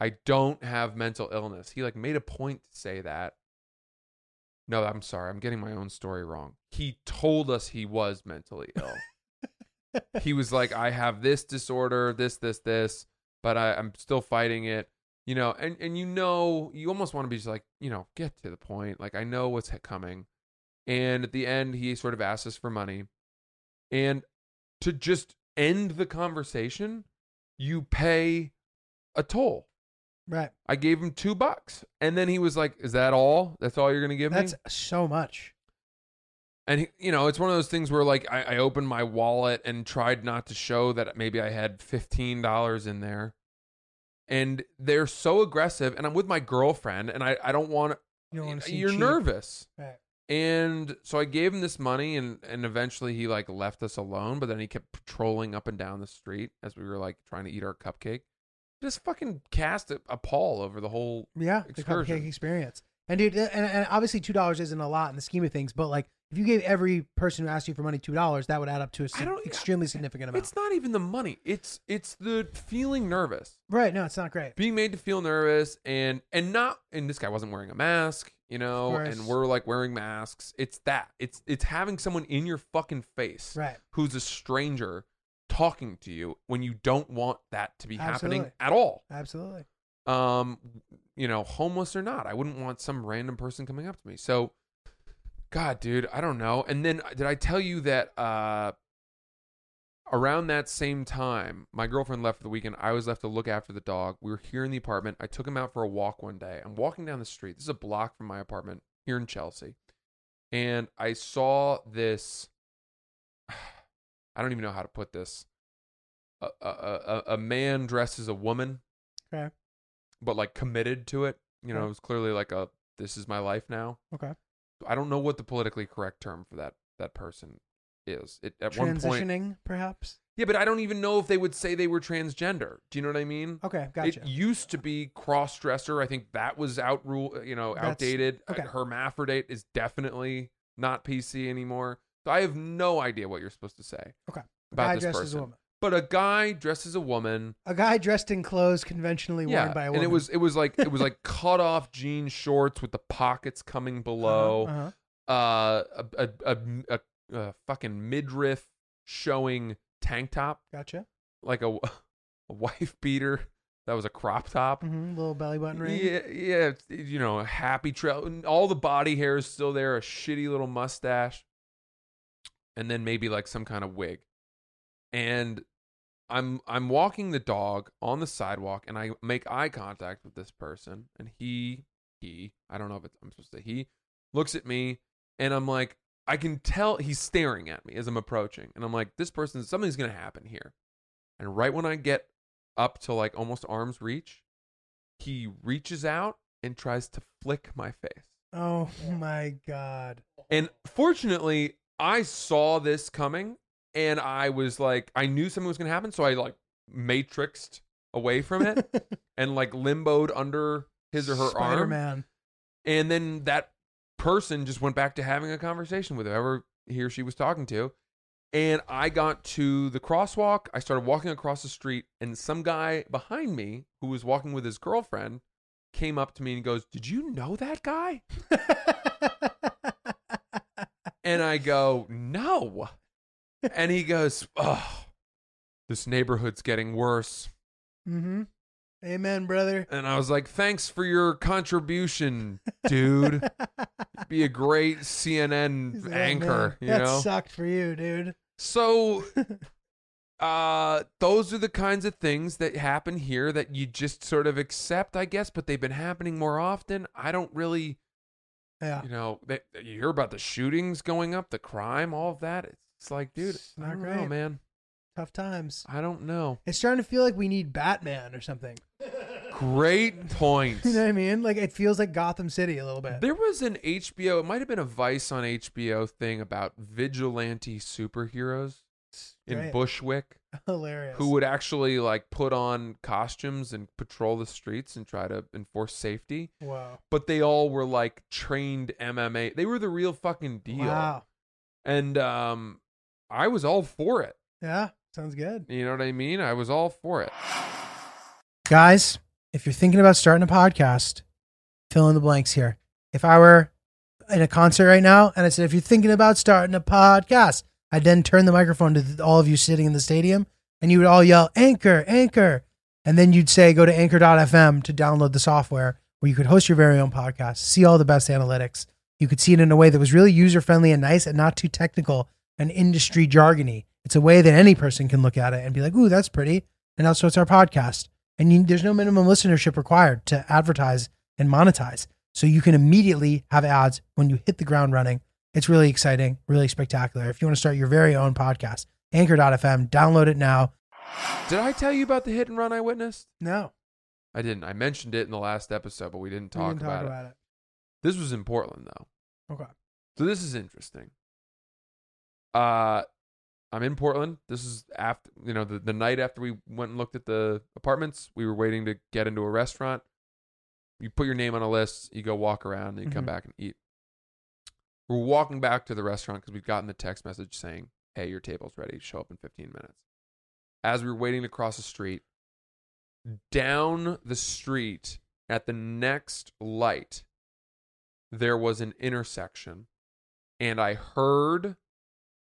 [SPEAKER 6] I don't have mental illness. He like made a point to say that. No, I'm sorry. I'm getting my own story wrong. He told us he was mentally ill. he was like, I have this disorder, this, this, this, but I, I'm still fighting it. You know, and, and you know, you almost want to be just like, you know, get to the point. Like, I know what's coming. And at the end, he sort of asked us for money. And to just end the conversation, you pay a toll.
[SPEAKER 7] right.
[SPEAKER 6] I gave him two bucks, and then he was like, "Is that all? That's all you're gonna give
[SPEAKER 7] That's
[SPEAKER 6] me?"
[SPEAKER 7] so much.
[SPEAKER 6] And he, you know, it's one of those things where like I, I opened my wallet and tried not to show that maybe I had fifteen dollars in there, and they're so aggressive, and I'm with my girlfriend, and I I don't want
[SPEAKER 7] You don't want to see.
[SPEAKER 6] you're
[SPEAKER 7] cheap.
[SPEAKER 6] nervous.
[SPEAKER 7] Right.
[SPEAKER 6] And so I gave him this money and and eventually he like left us alone, but then he kept patrolling up and down the street as we were like trying to eat our cupcake. Just fucking cast a, a pall over the whole
[SPEAKER 7] Yeah,
[SPEAKER 6] excursion.
[SPEAKER 7] the cupcake experience. And dude, and, and obviously two dollars isn't a lot in the scheme of things, but like if you gave every person who asked you for money two dollars, that would add up to a
[SPEAKER 6] I don't- e,
[SPEAKER 7] sig- extremely significant amount.
[SPEAKER 6] It's not even the money. It's it's the feeling nervous.
[SPEAKER 7] right? No, it's not great.
[SPEAKER 6] Being made to feel nervous and and not and this guy wasn't wearing a mask, you know,
[SPEAKER 7] course.
[SPEAKER 6] and we're like wearing masks. It's that. It's it's having someone in your fucking face
[SPEAKER 7] Right.
[SPEAKER 6] who's a stranger talking to you when you don't want that to be happening
[SPEAKER 7] Absolutely.
[SPEAKER 6] at all.
[SPEAKER 7] Absolutely.
[SPEAKER 6] Um, you know, homeless or not, I wouldn't want some random person coming up to me. So God, dude, I don't know. And then uh, did I tell you that uh around that same time, my girlfriend left for the weekend. I was left to look after the dog. We were here in the apartment. I took him out for a walk one day. I'm walking down the street. This is a block from my apartment here in Chelsea. And I saw this I don't even know how to put this. A, a, a, a man dressed as a woman,
[SPEAKER 7] Okay.
[SPEAKER 6] but like committed to it. You know,
[SPEAKER 7] Okay.
[SPEAKER 6] it was clearly like a this is my life now.
[SPEAKER 7] Okay.
[SPEAKER 6] I don't know what the politically correct term for that that person is. It at one point,
[SPEAKER 7] Transitioning, perhaps.
[SPEAKER 6] yeah, but I don't even know if they would say they were transgender. Do you know what I mean?
[SPEAKER 7] Okay, gotcha.
[SPEAKER 6] It used to be cross dresser. I think that was out rule, uh, you know,
[SPEAKER 7] That's-
[SPEAKER 6] outdated.
[SPEAKER 7] okay.
[SPEAKER 6] Uh, Hermaphrodite is definitely not PC anymore. So I have no idea what you're supposed to say
[SPEAKER 7] okay. A
[SPEAKER 6] about
[SPEAKER 7] guy
[SPEAKER 6] this
[SPEAKER 7] dressed
[SPEAKER 6] person.
[SPEAKER 7] as a woman.
[SPEAKER 6] But a guy dressed as a woman,
[SPEAKER 7] A guy dressed in clothes conventionally
[SPEAKER 6] yeah,
[SPEAKER 7] worn by a
[SPEAKER 6] and
[SPEAKER 7] woman.
[SPEAKER 6] it was it was like it was like cut off jean shorts with the pockets coming below.
[SPEAKER 7] Uh-huh, uh-huh.
[SPEAKER 6] uh, a, a, a, a, a fucking midriff showing tank top,
[SPEAKER 7] Gotcha.
[SPEAKER 6] like a, a wife beater that was a crop top.
[SPEAKER 7] hmm Little belly button ring.
[SPEAKER 6] Yeah, yeah, it's- you know, a happy trail. and All the body hair is still there, a shitty little mustache. and then maybe like some kind of wig. And I'm I'm walking the dog on the sidewalk and I make eye contact with this person and he he I don't know if it's I'm supposed to say he looks at me and I'm like I can tell he's staring at me as I'm approaching and I'm like this person something's going to happen here. And right when I get up to like almost arm's reach, he reaches out and tries to flick my face.
[SPEAKER 7] Oh my god.
[SPEAKER 6] And fortunately, I saw this coming and I was like, I knew something was going to happen. So I like matrixed away from it and like limboed under his or her arm.
[SPEAKER 7] Spider-Man.
[SPEAKER 6] And then that person just went back to having a conversation with whoever he or she was talking to. And I got to the crosswalk. I started walking across the street, and some guy behind me who was walking with his girlfriend came up to me and goes, Did you know that guy? And I go, No. And he goes, Oh, this neighborhood's getting worse.
[SPEAKER 7] mm-hmm. Amen, brother.
[SPEAKER 6] And I was like, Thanks for your contribution, dude. Be a great CNN
[SPEAKER 7] He's like,
[SPEAKER 6] anchor, you
[SPEAKER 7] "Man, that
[SPEAKER 6] know?
[SPEAKER 7] sucked for you, dude.
[SPEAKER 6] So. Uh, those are the kinds of things that happen here that you just sort of accept, I guess, but they've been happening more often. I don't really,
[SPEAKER 7] Yeah.
[SPEAKER 6] you know, that you hear about the shootings going up, the crime, all of that. It's like, dude,
[SPEAKER 7] It's
[SPEAKER 6] I
[SPEAKER 7] not
[SPEAKER 6] don't know,
[SPEAKER 7] great.
[SPEAKER 6] man.
[SPEAKER 7] Tough times.
[SPEAKER 6] I don't know.
[SPEAKER 7] It's starting to feel like we need Batman or something.
[SPEAKER 6] Great point.
[SPEAKER 7] You know what I mean? Like it feels like Gotham City a little bit.
[SPEAKER 6] There was an HBO, it might have been a Vice on HBO thing about vigilante superheroes
[SPEAKER 7] It's
[SPEAKER 6] in
[SPEAKER 7] great.
[SPEAKER 6] Bushwick
[SPEAKER 7] Hilarious.
[SPEAKER 6] who would actually like put on costumes and patrol the streets and try to enforce safety.
[SPEAKER 7] Wow.
[SPEAKER 6] But they all were like trained MMA. They were the real fucking deal.
[SPEAKER 7] Wow.
[SPEAKER 6] And um I was all for it.
[SPEAKER 7] Yeah. Sounds good.
[SPEAKER 6] You know what I mean? I was all for it.
[SPEAKER 7] Guys, if you're thinking about starting a podcast, fill in the blanks here. If I were in a concert right now and I said, if you're thinking about starting a podcast, I'd then turn the microphone to th- all of you sitting in the stadium and you would all yell, Anchor, Anchor. And then you'd say, go to anchor.fm to download the software where you could host your very own podcast, see all the best analytics. You could see it in a way that was really user friendly and nice and not too technical and industry jargony. It's a way that any person can look at it and be like, ooh, that's pretty. And also, it's our podcast. And you, there's no minimum listenership required to advertise and monetize. So you can immediately have ads when you hit the ground running. It's really exciting, really spectacular. If you want to start your very own podcast, anchor.fm, download it now.
[SPEAKER 6] Did I tell you about the hit and run I witnessed?
[SPEAKER 7] No,
[SPEAKER 6] I didn't. I mentioned it in the last episode, but we didn't
[SPEAKER 7] we
[SPEAKER 6] talk,
[SPEAKER 7] didn't
[SPEAKER 6] about, it. This was in Portland though.
[SPEAKER 7] Okay.
[SPEAKER 6] So this is interesting. Uh I'm in Portland. This is after you know, the, the night after we went and looked at the apartments. We were waiting to get into a restaurant. You put your name on a list, you go walk around, then you come
[SPEAKER 7] Mhm.
[SPEAKER 6] back and eat. We're walking back to the restaurant because we've gotten the text message saying, Hey, your table's ready, show up in fifteen minutes. As we were waiting to cross the street, down the street at the next light, there was an intersection and I heard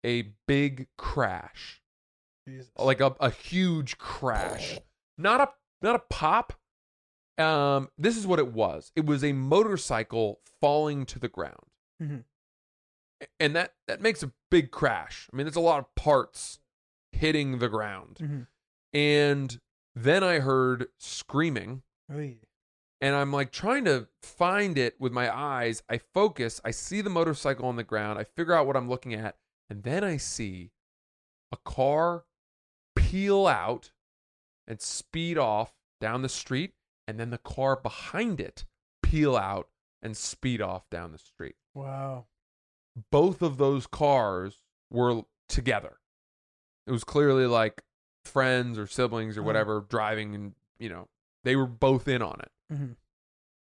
[SPEAKER 6] a big crash, like a, a huge crash, not a not a pop. Um, this is what it was. It was a motorcycle falling to the ground,
[SPEAKER 7] Mhm.
[SPEAKER 6] A- and that that makes a big crash. I mean, there's a lot of parts hitting the ground,
[SPEAKER 7] Mhm.
[SPEAKER 6] and then I heard screaming
[SPEAKER 7] Oy.
[SPEAKER 6] and I'm like trying to find it with my eyes. I focus, I see the motorcycle on the ground, I figure out what I'm looking at, and then I see a car peel out and speed off down the street, and then the car behind it peel out and speed off down the street.
[SPEAKER 7] Wow.
[SPEAKER 6] Both of those cars were together. It was clearly like friends or siblings or
[SPEAKER 7] Mhm.
[SPEAKER 6] whatever driving, and you know, they were both in on it
[SPEAKER 7] Mhm.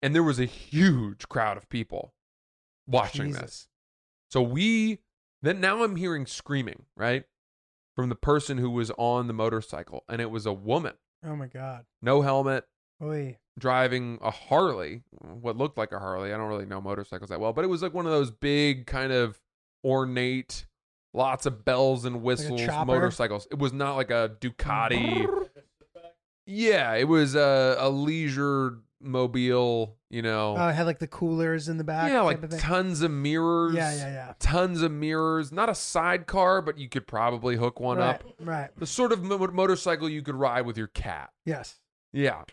[SPEAKER 6] and there was a huge crowd of people watching
[SPEAKER 7] Jesus.
[SPEAKER 6] this. So we then now I'm hearing screaming, right? From the person who was on the motorcycle and it was a woman,
[SPEAKER 7] Oh my God.
[SPEAKER 6] no helmet,
[SPEAKER 7] Oy.
[SPEAKER 6] driving a Harley, what looked like a Harley. I don't really know motorcycles that well, but it was like one of those big kind of ornate lots of bells and whistles
[SPEAKER 7] chopper?
[SPEAKER 6] motorcycles. It was not like a Ducati. yeah, it was a, a leisure mobile, you know.
[SPEAKER 7] Oh, it had like the coolers in the back.
[SPEAKER 6] yeah,
[SPEAKER 7] type
[SPEAKER 6] like
[SPEAKER 7] of thing.
[SPEAKER 6] tons of mirrors.
[SPEAKER 7] Yeah, yeah, yeah.
[SPEAKER 6] Tons of mirrors. Not a sidecar, but you could probably hook one
[SPEAKER 7] right,
[SPEAKER 6] up.
[SPEAKER 7] Right.
[SPEAKER 6] The sort of mo- motorcycle you could ride with your cat.
[SPEAKER 7] Yes.
[SPEAKER 6] Yeah.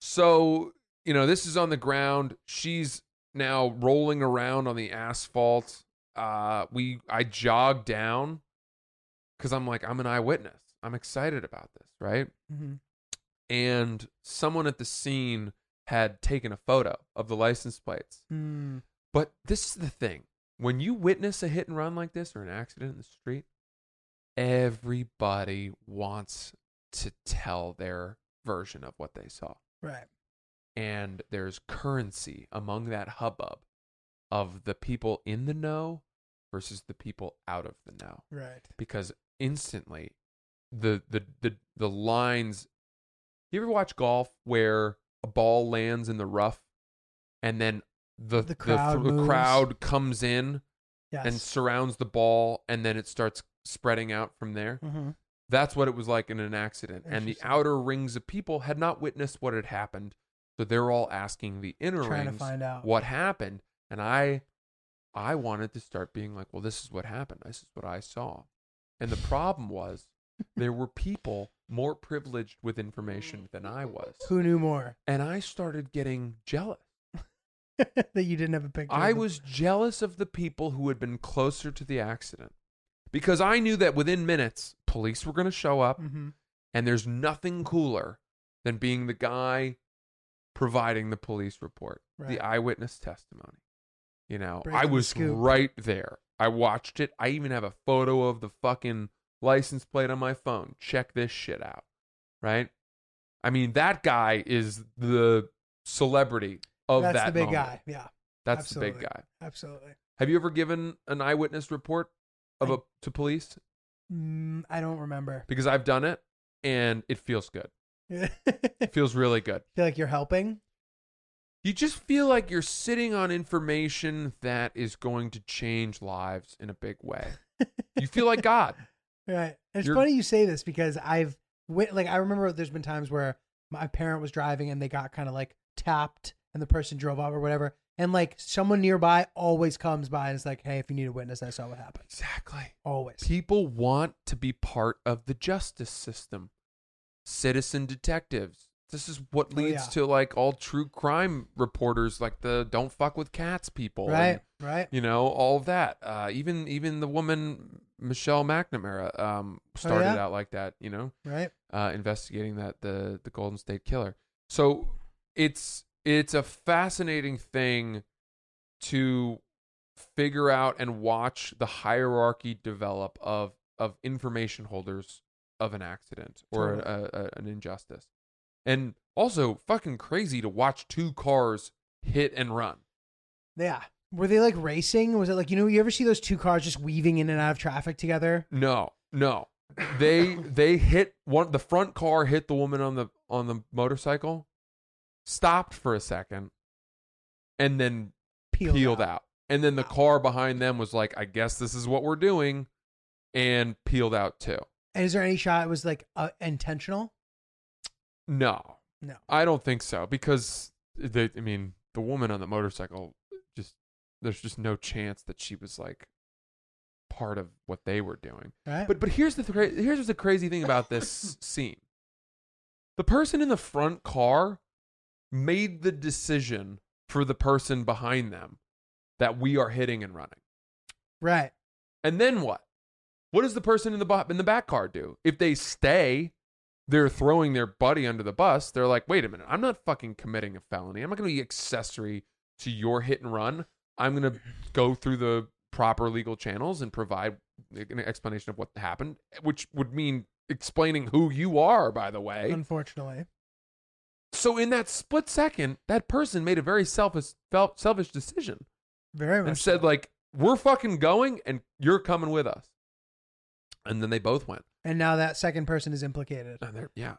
[SPEAKER 6] So, you know, this is on the ground. She's now rolling around on the asphalt. Uh we I jog down cuz I'm like I'm an eyewitness. I'm excited about this, right?
[SPEAKER 7] hmm
[SPEAKER 6] And someone at the scene had taken a photo of the license plates.
[SPEAKER 7] Mm.
[SPEAKER 6] But this is the thing. When you witness a hit and run like this or an accident in the street, everybody wants to tell their version of what they saw
[SPEAKER 7] Right.
[SPEAKER 6] and there's currency among that hubbub of the people in the know versus the people out of the know
[SPEAKER 7] Right.
[SPEAKER 6] because instantly the the the, the lines you ever watch golf where a ball lands in the rough and then the
[SPEAKER 7] The
[SPEAKER 6] the,
[SPEAKER 7] crowd
[SPEAKER 6] the
[SPEAKER 7] moves.
[SPEAKER 6] crowd comes in
[SPEAKER 7] Yes.
[SPEAKER 6] and surrounds the ball and then it starts spreading out from there
[SPEAKER 7] hmm
[SPEAKER 6] that's what it was like in an accident. And the
[SPEAKER 7] Interesting.
[SPEAKER 6] outer rings of people had not witnessed what had happened. So they're all asking the inner
[SPEAKER 7] Trying to
[SPEAKER 6] rings
[SPEAKER 7] find out.
[SPEAKER 6] what happened. And I I wanted to start being like, well, this is what happened. This is what I saw. And the problem was there were people more privileged with information than I was.
[SPEAKER 7] Who knew more
[SPEAKER 6] And I started getting jealous.
[SPEAKER 7] that you didn't have a picture?
[SPEAKER 6] I
[SPEAKER 7] of it?
[SPEAKER 6] was jealous of the people who had been closer to the accident. Because I knew that within minutes, police were going to show up.
[SPEAKER 7] Mhm.
[SPEAKER 6] And there's nothing cooler than being the guy providing the police report,
[SPEAKER 7] Right.
[SPEAKER 6] the eyewitness testimony. You know, I
[SPEAKER 7] Breaking the
[SPEAKER 6] was
[SPEAKER 7] scoop.
[SPEAKER 6] right there. I watched it. I even have a photo of the fucking license plate on my phone. Check this shit out. Right? I mean, that guy is the celebrity of
[SPEAKER 7] That's
[SPEAKER 6] that
[SPEAKER 7] the big
[SPEAKER 6] moment.
[SPEAKER 7] guy. Yeah.
[SPEAKER 6] That's the big
[SPEAKER 7] Absolutely.
[SPEAKER 6] guy.
[SPEAKER 7] Absolutely.
[SPEAKER 6] Have you ever given an eyewitness report of
[SPEAKER 7] I-
[SPEAKER 6] a to police?
[SPEAKER 7] Mm, I don't remember.
[SPEAKER 6] Because I've done it and it feels good.
[SPEAKER 7] Feel
[SPEAKER 6] It feels really good.
[SPEAKER 7] like you're helping.
[SPEAKER 6] You just feel like you're sitting on information that is going to change lives in a big way. You feel like God.
[SPEAKER 7] Right. And it's
[SPEAKER 6] You're-
[SPEAKER 7] funny you say this because I've wit- like I remember there's been times where my parent was driving and they got kind of like tapped and the person drove up or whatever and like someone nearby always comes by and is like, "Hey, if you need a witness, I saw what happened."
[SPEAKER 6] Exactly.
[SPEAKER 7] Always.
[SPEAKER 6] People want to be part of the justice system. Citizen detectives. This is what
[SPEAKER 7] Oh,
[SPEAKER 6] leads
[SPEAKER 7] yeah.
[SPEAKER 6] to like all true crime reporters, like the "Don't fuck with cats" people, and,
[SPEAKER 7] right? right.
[SPEAKER 6] you know, all of that. Uh, even even the woman Michelle McNamara um, started
[SPEAKER 7] Oh, yeah?
[SPEAKER 6] out like that. You know,
[SPEAKER 7] Right.
[SPEAKER 6] uh, investigating that the the Golden State Killer. So it's it's a fascinating thing to figure out and watch the hierarchy develop of of information holders of an accident or a, a, an injustice, and also fucking crazy to watch two cars hit and run.
[SPEAKER 7] Yeah. Were they like racing? Was it like you know you ever see those two cars just weaving in and out of traffic together?
[SPEAKER 6] No, no. They they hit one the front car hit the woman on the on the motorcycle, stopped for a second, and then peeled, out. And then the car behind them was like, I guess this is what we're doing, and peeled out too.
[SPEAKER 7] And is there any shot it was like uh, intentional?
[SPEAKER 6] No.
[SPEAKER 7] No.
[SPEAKER 6] I don't think so because the I mean, the woman on the motorcycle just there's just no chance that she was like part of what they were doing.
[SPEAKER 7] Right.
[SPEAKER 6] But but here's the thra- here's the crazy thing about this scene. The person in the front car made the decision for the person behind them that we are hitting and running.
[SPEAKER 7] right.
[SPEAKER 6] And then what? What does the person in the bo- in the back car do? If they stay, they're throwing their buddy under the bus. They're like, "Wait a minute. I'm not fucking committing a felony. I'm not going to be accessory to your hit and run. I'm going to go through the proper legal channels and provide an explanation of what happened, which would mean explaining who you are, by the way.
[SPEAKER 7] Unfortunately.
[SPEAKER 6] So in that split second, that person made a very selfish fel- selfish decision
[SPEAKER 7] Very
[SPEAKER 6] and
[SPEAKER 7] much.
[SPEAKER 6] said like we're fucking going and you're coming with us and then they both went
[SPEAKER 7] and now that second person is implicated.
[SPEAKER 6] and they're yeah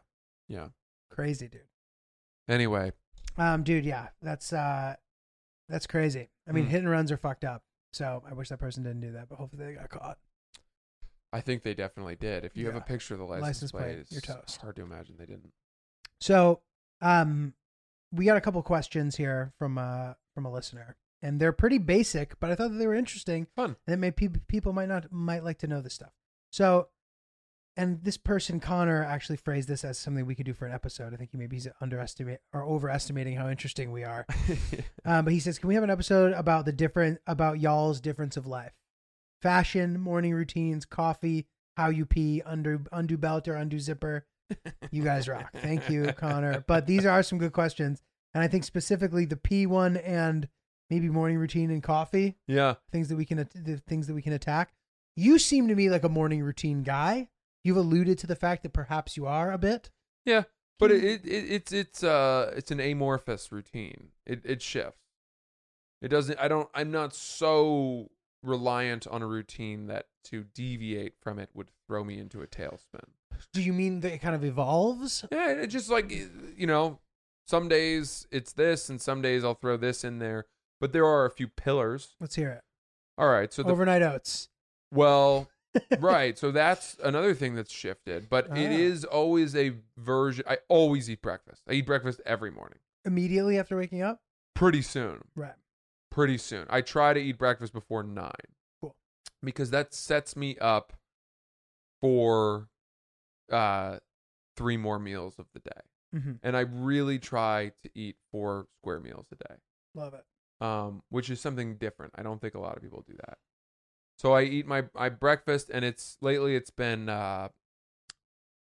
[SPEAKER 6] yeah
[SPEAKER 7] Crazy dude.
[SPEAKER 6] anyway
[SPEAKER 7] Um, dude, yeah, that's uh, that's crazy. I mean,
[SPEAKER 6] Mm.
[SPEAKER 7] hit and runs are fucked up. So I wish that person didn't do that, but hopefully they got caught.
[SPEAKER 6] i think they definitely did if you have
[SPEAKER 7] Yeah.
[SPEAKER 6] a picture of the license,
[SPEAKER 7] License plate,
[SPEAKER 6] plate, it's
[SPEAKER 7] you're toast.
[SPEAKER 6] hard to imagine they didn't
[SPEAKER 7] So, um, we got a couple questions here from uh from a listener, and they're pretty basic, but I thought that they were interesting,
[SPEAKER 6] Fun.
[SPEAKER 7] and that may pe- people might not might like to know this stuff. So, and this person Connor actually phrased this as something we could do for an episode. I think he maybe he's underestimating or overestimating how interesting we are. Um, but he says, "Can we have an episode about the different about y'all's difference of life, fashion, morning routines, coffee, how you pee, under undo belt or undo zipper? You guys rock. Thank you, Connor. But these are some good questions, and I think specifically the pee one and maybe morning routine and coffee
[SPEAKER 6] yeah.
[SPEAKER 7] things that we can at- the things that we can attack. You seem to me like a morning routine guy. You've alluded to the fact that perhaps you are a bit.
[SPEAKER 6] Yeah. But it, it, it it's it's uh it's an amorphous routine. It it shifts. It doesn't I don't I'm not so reliant on a routine that to deviate from it would throw me into a tailspin.
[SPEAKER 7] Do you mean that it kind of evolves?
[SPEAKER 6] Yeah, it just like eh, you know, some days it's this and some days I'll throw this in there, but there are a few pillars.
[SPEAKER 7] Let's hear it.
[SPEAKER 6] All right, so the
[SPEAKER 7] Overnight oats.
[SPEAKER 6] well, right. So that's another thing that's shifted, but
[SPEAKER 7] Ah.
[SPEAKER 6] it is always a version. I always eat breakfast. I eat breakfast every morning.
[SPEAKER 7] immediately after waking up.
[SPEAKER 6] Pretty soon.
[SPEAKER 7] Right.
[SPEAKER 6] Pretty soon. I try to eat breakfast before nine.
[SPEAKER 7] Cool.
[SPEAKER 6] Because that sets me up for uh, three more meals of the day.
[SPEAKER 7] Mm-hmm.
[SPEAKER 6] And I really try to eat four square meals a day.
[SPEAKER 7] Love it.
[SPEAKER 6] um, which is something different. I don't think a lot of people do that. So I eat my my breakfast, and it's lately it's been uh,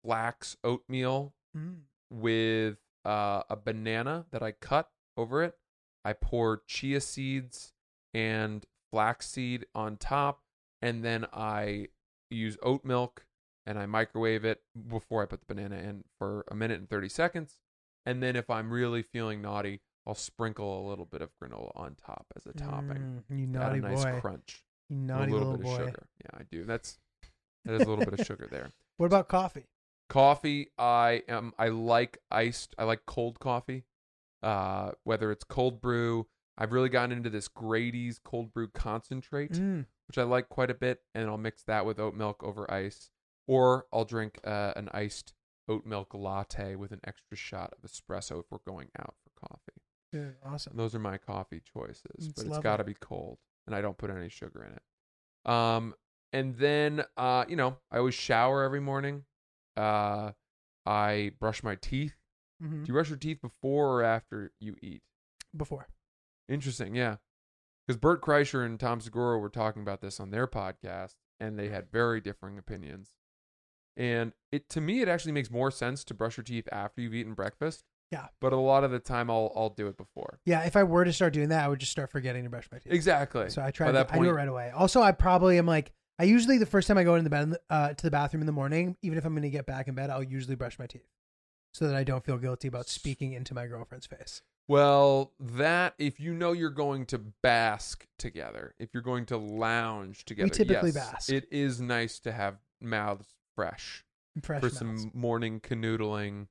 [SPEAKER 6] flax oatmeal
[SPEAKER 7] Mm.
[SPEAKER 6] with uh, a banana that I cut over it. I pour chia seeds and flaxseed on top, and then I use oat milk and I microwave it before I put the banana in for a minute and 30 seconds. And then if I'm really feeling naughty, I'll sprinkle a little bit of granola on top as a topping.
[SPEAKER 7] Mm, you
[SPEAKER 6] to add
[SPEAKER 7] naughty
[SPEAKER 6] a nice
[SPEAKER 7] boy.
[SPEAKER 6] crunch.
[SPEAKER 7] You
[SPEAKER 6] and
[SPEAKER 7] naughty
[SPEAKER 6] a little,
[SPEAKER 7] little,
[SPEAKER 6] bit
[SPEAKER 7] boy.
[SPEAKER 6] of sugar. Yeah, I do. That's that is a little bit of sugar there.
[SPEAKER 7] What about coffee?
[SPEAKER 6] Coffee, I am. I like iced. I like cold coffee. Uh, whether it's cold brew, I've really gotten into this Grady's cold brew concentrate,
[SPEAKER 7] Mm.
[SPEAKER 6] which I like quite a bit, and I'll mix that with oat milk over ice, or I'll drink uh, an iced oat milk latte with an extra shot of espresso if we're going out for coffee.
[SPEAKER 7] Dude, awesome.
[SPEAKER 6] And those are my coffee choices,
[SPEAKER 7] It's
[SPEAKER 6] but it's
[SPEAKER 7] lovely.
[SPEAKER 6] got to be cold, and I don't put any sugar in it. Um, and then uh, you know, I always shower every morning. Uh, I brush my teeth.
[SPEAKER 7] Mhm.
[SPEAKER 6] Do you brush your teeth before or after you eat?
[SPEAKER 7] Before.
[SPEAKER 6] Interesting, yeah. Because Bert Kreischer and Tom Segura were talking about this on their podcast, and they had very differing opinions. And it to me, it actually makes more sense to brush your teeth after you've eaten breakfast.
[SPEAKER 7] Yeah.
[SPEAKER 6] But a lot of the time, I'll I'll do it before.
[SPEAKER 7] Yeah, if I were to start doing that, I would just start forgetting to brush my teeth.
[SPEAKER 6] Exactly.
[SPEAKER 7] So I
[SPEAKER 6] By
[SPEAKER 7] try to
[SPEAKER 6] that
[SPEAKER 7] I do it right away. Also, I probably am like I usually the first time I go in the bed uh, to the bathroom in the morning, even if I'm going to get back in bed, I'll usually brush my teeth so that I don't feel guilty about speaking into my girlfriend's face.
[SPEAKER 6] Well, that if you know you're going to bask together, if you're going to lounge together,
[SPEAKER 7] typically
[SPEAKER 6] yes,
[SPEAKER 7] bask.
[SPEAKER 6] It is nice to have mouths fresh
[SPEAKER 7] Fresh
[SPEAKER 6] for
[SPEAKER 7] mouths.
[SPEAKER 6] some morning canoodling,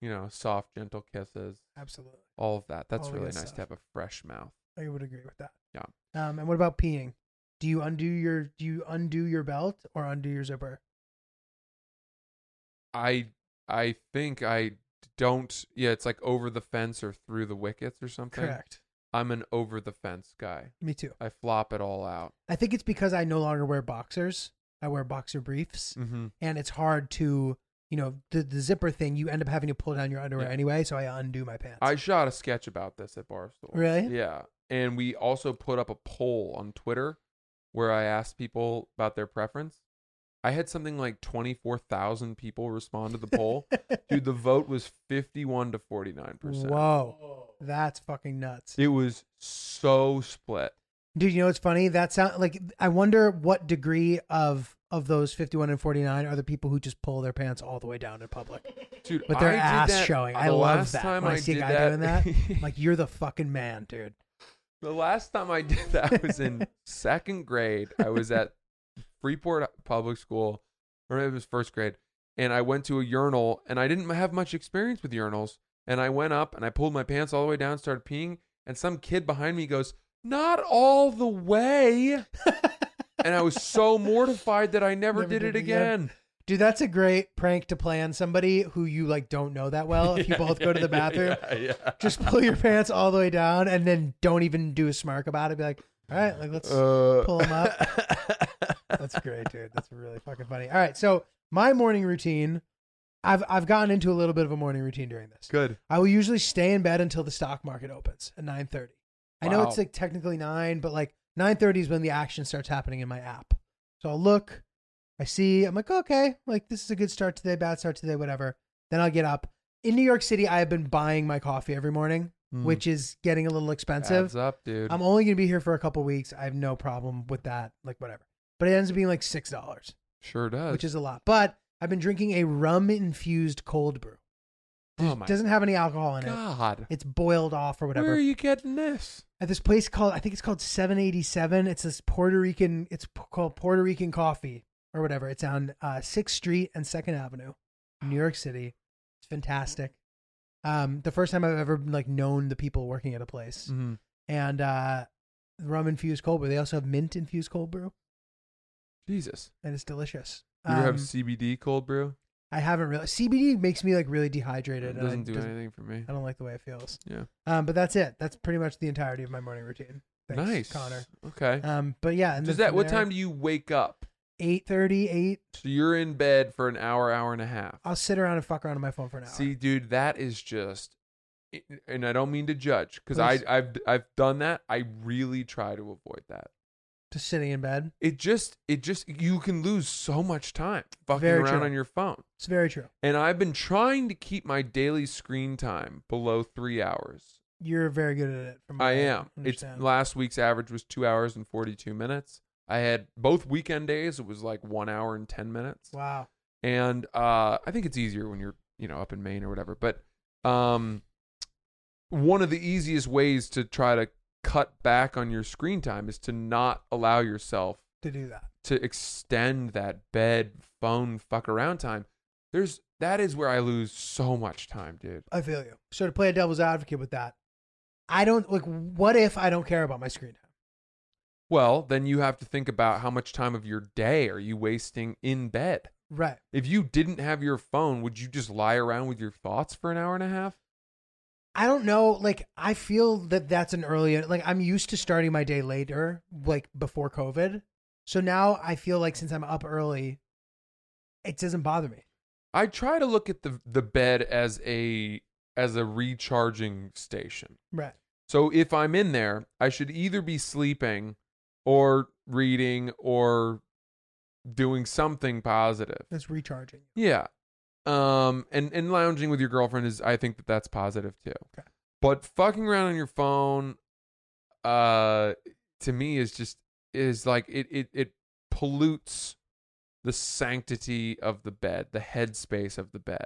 [SPEAKER 6] you know, soft, gentle kisses,
[SPEAKER 7] Absolutely.
[SPEAKER 6] all of that. That's
[SPEAKER 7] All the
[SPEAKER 6] really
[SPEAKER 7] good
[SPEAKER 6] nice
[SPEAKER 7] stuff.
[SPEAKER 6] to have a fresh mouth.
[SPEAKER 7] I would agree with that.
[SPEAKER 6] Yeah.
[SPEAKER 7] Um, and what about peeing? Do you undo your do you undo your belt or undo your zipper?
[SPEAKER 6] I I think I don't. Yeah, it's like over the fence or through the wickets or something.
[SPEAKER 7] Correct.
[SPEAKER 6] I'm an over the fence guy.
[SPEAKER 7] Me too.
[SPEAKER 6] I flop it all out.
[SPEAKER 7] I think it's because I no longer wear boxers. I wear boxer briefs,
[SPEAKER 6] Mm-hmm.
[SPEAKER 7] and it's hard to you know the the zipper thing. You end up having to pull down your underwear
[SPEAKER 6] Yeah.
[SPEAKER 7] anyway, so I undo my pants.
[SPEAKER 6] I shot a sketch about this at Barstool.
[SPEAKER 7] Really?
[SPEAKER 6] Yeah. And we also put up a poll on Twitter where I asked people about their preference. I had something like 24,000 people respond to the poll. Dude, the vote was 51 to 49%.
[SPEAKER 7] Whoa, that's fucking nuts,
[SPEAKER 6] It was so split.
[SPEAKER 7] dude. You know what's funny? That sound like I wonder what degree of of those fifty one and forty nine are the people who just pull their pants all the way down in public.
[SPEAKER 6] Dude,
[SPEAKER 7] But their
[SPEAKER 6] I did
[SPEAKER 7] ass
[SPEAKER 6] that-
[SPEAKER 7] showing.
[SPEAKER 6] the
[SPEAKER 7] I love
[SPEAKER 6] last
[SPEAKER 7] that.
[SPEAKER 6] Time
[SPEAKER 7] when I,
[SPEAKER 6] I
[SPEAKER 7] see a
[SPEAKER 6] did
[SPEAKER 7] guy doing that, I'm like you're the fucking man, dude.
[SPEAKER 6] The last time I did that was in second grade. I was at Freeport Public School, or maybe it was first grade, and I went to a urinal, and I didn't have much experience with urinals. And I went up and I pulled my pants all the way down, started peeing, and some kid behind me goes, "Not all the way," and I was so mortified that I never, did, it again.
[SPEAKER 7] Dude, that's a great prank to play on somebody who you like don't know that well. If you both go to the bathroom,
[SPEAKER 6] Yeah, yeah.
[SPEAKER 7] just pull your pants all the way down and then don't even do a smirk about it. Be like, all right, like let's
[SPEAKER 6] Uh,
[SPEAKER 7] pull them up. That's great, dude. That's really fucking funny. All right, so my morning routine, I've I've gotten into a little bit of a morning routine during this.
[SPEAKER 6] Good.
[SPEAKER 7] I will usually stay in bed until the stock market opens at nine thirty. I know
[SPEAKER 6] Wow.
[SPEAKER 7] it's like technically nine, but like nine thirty is when the action starts happening in my app. So I'll look, I see, I'm like, okay, like this is a good start today, bad start today, whatever. Then I'll get up. In New York City, I have been buying my coffee every morning,
[SPEAKER 6] Mm.
[SPEAKER 7] which is getting a little expensive.
[SPEAKER 6] Adds up, dude.
[SPEAKER 7] I'm only gonna be here for a couple weeks. I have no problem with that. Like whatever. But it ends up being like six dollars,
[SPEAKER 6] sure does.
[SPEAKER 7] which is a lot. But I've been drinking a rum infused cold brew.
[SPEAKER 6] oh my
[SPEAKER 7] Doesn't have any alcohol in it.
[SPEAKER 6] god.
[SPEAKER 7] It's boiled off or whatever.
[SPEAKER 6] Where are you getting this?
[SPEAKER 7] At this place called I think it's called 787. It's this Puerto Rican. It's p- called Puerto Rican Coffee or whatever. It's on uh, Sixth Street and Second Avenue, New York City. It's fantastic. Um, the first time I've ever like known the people working at a place
[SPEAKER 6] Mhm.
[SPEAKER 7] and uh, rum infused cold brew. They also have mint infused cold brew,
[SPEAKER 6] Jesus.
[SPEAKER 7] and it's delicious.
[SPEAKER 6] You ever have
[SPEAKER 7] Um,
[SPEAKER 6] CBD cold brew?
[SPEAKER 7] I haven't really CBD makes me like really dehydrated.
[SPEAKER 6] It
[SPEAKER 7] and I-
[SPEAKER 6] doesn't do anything for me.
[SPEAKER 7] I don't like the way it feels.
[SPEAKER 6] Yeah.
[SPEAKER 7] Um, but that's it. That's pretty much the entirety of my morning routine. Thanks,
[SPEAKER 6] nice.
[SPEAKER 7] Connor.
[SPEAKER 6] Okay.
[SPEAKER 7] Um, but yeah, and
[SPEAKER 6] Does
[SPEAKER 7] then
[SPEAKER 6] that
[SPEAKER 7] from
[SPEAKER 6] what
[SPEAKER 7] there-
[SPEAKER 6] time do you wake up?
[SPEAKER 7] Eight thirty, eight.
[SPEAKER 6] So you're in bed for an hour, hour and a half.
[SPEAKER 7] I'll sit around and fuck around on my phone for an hour.
[SPEAKER 6] See, dude, that is just and I don't mean to judge cuz I
[SPEAKER 7] Please.
[SPEAKER 6] I've I've done that. I really try to avoid that.
[SPEAKER 7] just sitting in bed.
[SPEAKER 6] It just it just you can lose so much time fucking
[SPEAKER 7] Very
[SPEAKER 6] around
[SPEAKER 7] true.
[SPEAKER 6] on your phone.
[SPEAKER 7] It's very true.
[SPEAKER 6] And I've been trying to keep my daily screen time below 3 hours.
[SPEAKER 7] You're very good at it. From what
[SPEAKER 6] I am. It's
[SPEAKER 7] understand.
[SPEAKER 6] last week's average was 2 hours and 42 minutes. I had both weekend days it was like 1 hour and 10 minutes.
[SPEAKER 7] wow.
[SPEAKER 6] and uh, I think it's easier when you're you know up in Maine or whatever. But um, one of the easiest ways to try to cut back on your screen time is to not allow yourself
[SPEAKER 7] To do that,
[SPEAKER 6] to extend that bed phone fuck around time. There's that is where I lose so much time, dude.
[SPEAKER 7] I feel you. So to play a devil's advocate with that, I don't like. What if I don't care about my screen time?
[SPEAKER 6] Well, then you have to think about how much time of your day are you wasting in bed.
[SPEAKER 7] Right.
[SPEAKER 6] If you didn't have your phone, would you just lie around with your thoughts for an hour and a half?
[SPEAKER 7] I don't know. Like, I feel that that's an early, like, I'm used to starting my day later, like before COVID. So now I feel like since I'm up early, it doesn't bother me.
[SPEAKER 6] I try to look at the the bed as a as a recharging station.
[SPEAKER 7] Right.
[SPEAKER 6] So if I'm in there, I should either be sleeping or reading or doing something positive.
[SPEAKER 7] That's recharging.
[SPEAKER 6] Yeah. Um and and lounging with your girlfriend is I think that that's positive too.
[SPEAKER 7] Okay.
[SPEAKER 6] But fucking around on your phone uh to me is just is like it it it pollutes the sanctity of the bed, the headspace of the bed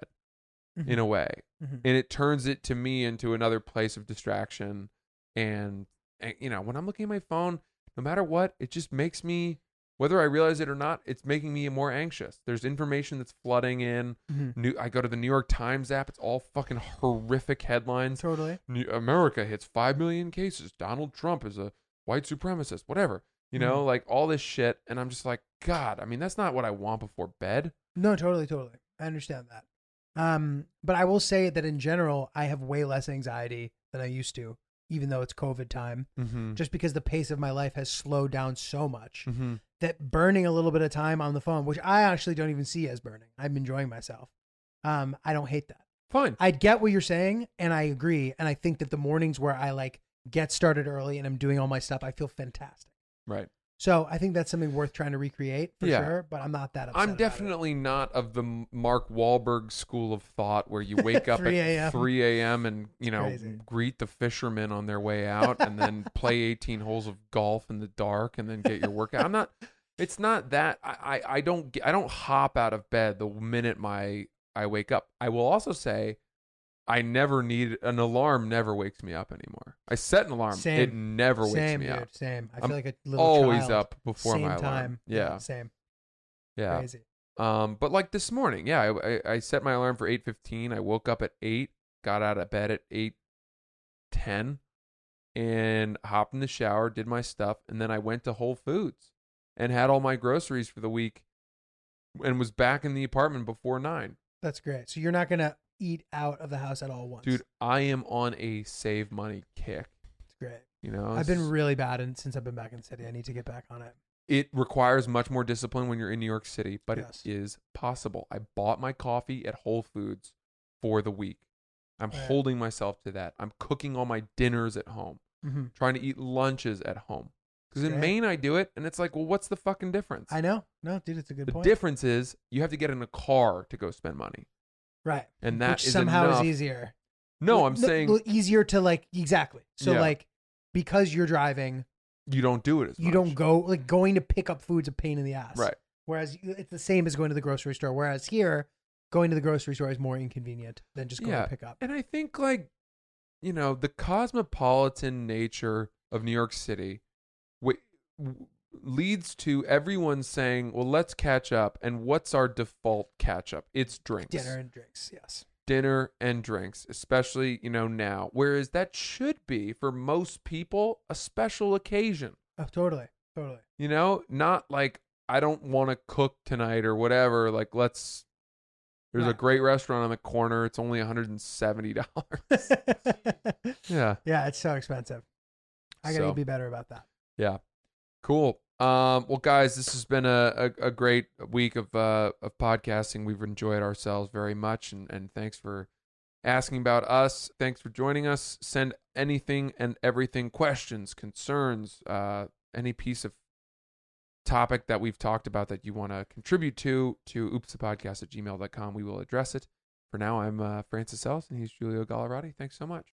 [SPEAKER 6] in a way.
[SPEAKER 7] Mhm.
[SPEAKER 6] And it turns it to me into another place of distraction and, and you know, when I'm looking at my phone, no matter what, it just makes me whether I realize it or not, it's making me more anxious. There's information that's flooding in.
[SPEAKER 7] Mhm.
[SPEAKER 6] New, I go to the New York Times app. It's all fucking horrific headlines.
[SPEAKER 7] Totally.
[SPEAKER 6] New, America hits 5 million cases. Donald Trump is a white supremacist, whatever. You know,
[SPEAKER 7] Mhm.
[SPEAKER 6] like all this shit. And I'm just like, God, I mean, that's not what I want before bed.
[SPEAKER 7] No, totally, totally. I understand that. Um, but I will say that in general, I have way less anxiety than I used to, even though it's COVID time,
[SPEAKER 6] Mm-hmm.
[SPEAKER 7] just because the pace of my life has slowed down so much
[SPEAKER 6] mm-hmm.
[SPEAKER 7] that burning a little bit of time on the phone, which I actually don't even see as burning, I'm enjoying myself. Um, I don't hate that.
[SPEAKER 6] Fine.
[SPEAKER 7] I get what you're saying, and I agree. And I think that the mornings where I like get started early and I'm doing all my stuff, I feel fantastic.
[SPEAKER 6] right.
[SPEAKER 7] So I think that's something worth trying to recreate for
[SPEAKER 6] Yeah.
[SPEAKER 7] sure. But I'm not that. Upset
[SPEAKER 6] I'm
[SPEAKER 7] about it.
[SPEAKER 6] definitely not of the M- Mark Wahlberg school of thought where you wake up
[SPEAKER 7] 3
[SPEAKER 6] at
[SPEAKER 7] a.m..
[SPEAKER 6] 3 a.m. and, you know,
[SPEAKER 7] crazy.
[SPEAKER 6] greet the fishermen on their way out and then play 18 holes of golf in the dark and then get your workout. I'm not, it's not that. I, I, I don't, get- I don't hop out of bed the minute my, I wake up. I will also say, I never need an alarm. Never wakes me up anymore. I set an alarm.
[SPEAKER 7] Same.
[SPEAKER 6] It never wakes
[SPEAKER 7] same,
[SPEAKER 6] me
[SPEAKER 7] dude,
[SPEAKER 6] up.
[SPEAKER 7] Same. I
[SPEAKER 6] I'm
[SPEAKER 7] feel like a little
[SPEAKER 6] always
[SPEAKER 7] child.
[SPEAKER 6] up before
[SPEAKER 7] same
[SPEAKER 6] my alarm.
[SPEAKER 7] time.
[SPEAKER 6] Yeah.
[SPEAKER 7] Same.
[SPEAKER 6] Yeah.
[SPEAKER 7] Crazy.
[SPEAKER 6] Um, but like this morning, yeah, I, I, I set my alarm for eight fifteen. I woke up at eight, got out of bed at eight ten, and hopped in the shower, did my stuff, and then I went to Whole Foods and had all my groceries for the week. and was back in the apartment before nine.
[SPEAKER 7] That's great. So you're not gonna eat out of the house at all once,
[SPEAKER 6] Dude, I am on a save money kick.
[SPEAKER 7] It's great.
[SPEAKER 6] You know,
[SPEAKER 7] I've been
[SPEAKER 6] It's-
[SPEAKER 7] really bad, and since I've been back in the city, I need to get back on it.
[SPEAKER 6] it requires much more discipline when you're in New York City, but
[SPEAKER 7] Yes.
[SPEAKER 6] it is possible. I bought my coffee at Whole Foods for the week. I'm
[SPEAKER 7] Right.
[SPEAKER 6] holding myself to that. I'm cooking all my dinners at home,
[SPEAKER 7] Mm-hmm.
[SPEAKER 6] trying to eat lunches at home. Because in
[SPEAKER 7] Great.
[SPEAKER 6] Maine, I do it, and it's like, well, what's the fucking difference?
[SPEAKER 7] I know. No, dude, it's a good
[SPEAKER 6] the
[SPEAKER 7] point.
[SPEAKER 6] difference is you have to get in a car to go spend money.
[SPEAKER 7] right?
[SPEAKER 6] and that
[SPEAKER 7] Which
[SPEAKER 6] is
[SPEAKER 7] somehow
[SPEAKER 6] enough.
[SPEAKER 7] is easier.
[SPEAKER 6] No,
[SPEAKER 7] L-
[SPEAKER 6] I'm
[SPEAKER 7] l-
[SPEAKER 6] saying
[SPEAKER 7] l- easier to like exactly. So
[SPEAKER 6] Yeah.
[SPEAKER 7] like because you're driving,
[SPEAKER 6] you don't do it as
[SPEAKER 7] you don't
[SPEAKER 6] much.
[SPEAKER 7] go like going to pick up food's a pain in the ass.
[SPEAKER 6] right.
[SPEAKER 7] Whereas you- it's the same as going to the grocery store. Whereas here, going to the grocery store is more inconvenient than just going
[SPEAKER 6] yeah.
[SPEAKER 7] to pick up.
[SPEAKER 6] And I think like you know, the cosmopolitan nature of New York City w- w- leads to everyone saying, "Well, let's catch up." And what's our default catch up? It's drinks.
[SPEAKER 7] Dinner and drinks. Yes.
[SPEAKER 6] Dinner and drinks, especially, you know, now. Whereas that should be for most people a special occasion.
[SPEAKER 7] Oh, totally. Totally.
[SPEAKER 6] you know not like i don't want to cook tonight or whatever like let's there's a
[SPEAKER 7] Right.
[SPEAKER 6] great restaurant on the corner it's only $170 yeah
[SPEAKER 7] yeah, it's so expensive. I gotta
[SPEAKER 6] So.
[SPEAKER 7] be better about that.
[SPEAKER 6] yeah cool um well guys this has been a, a, a great week of uh of podcasting we've enjoyed ourselves very much and and thanks for asking about us thanks for joining us send anything and everything questions concerns uh any piece of topic that we've talked about that you want to contribute to to oopsapodcast at gmail.com we will address it for now i'm uh, francis ellis and he's julio gallerati thanks so much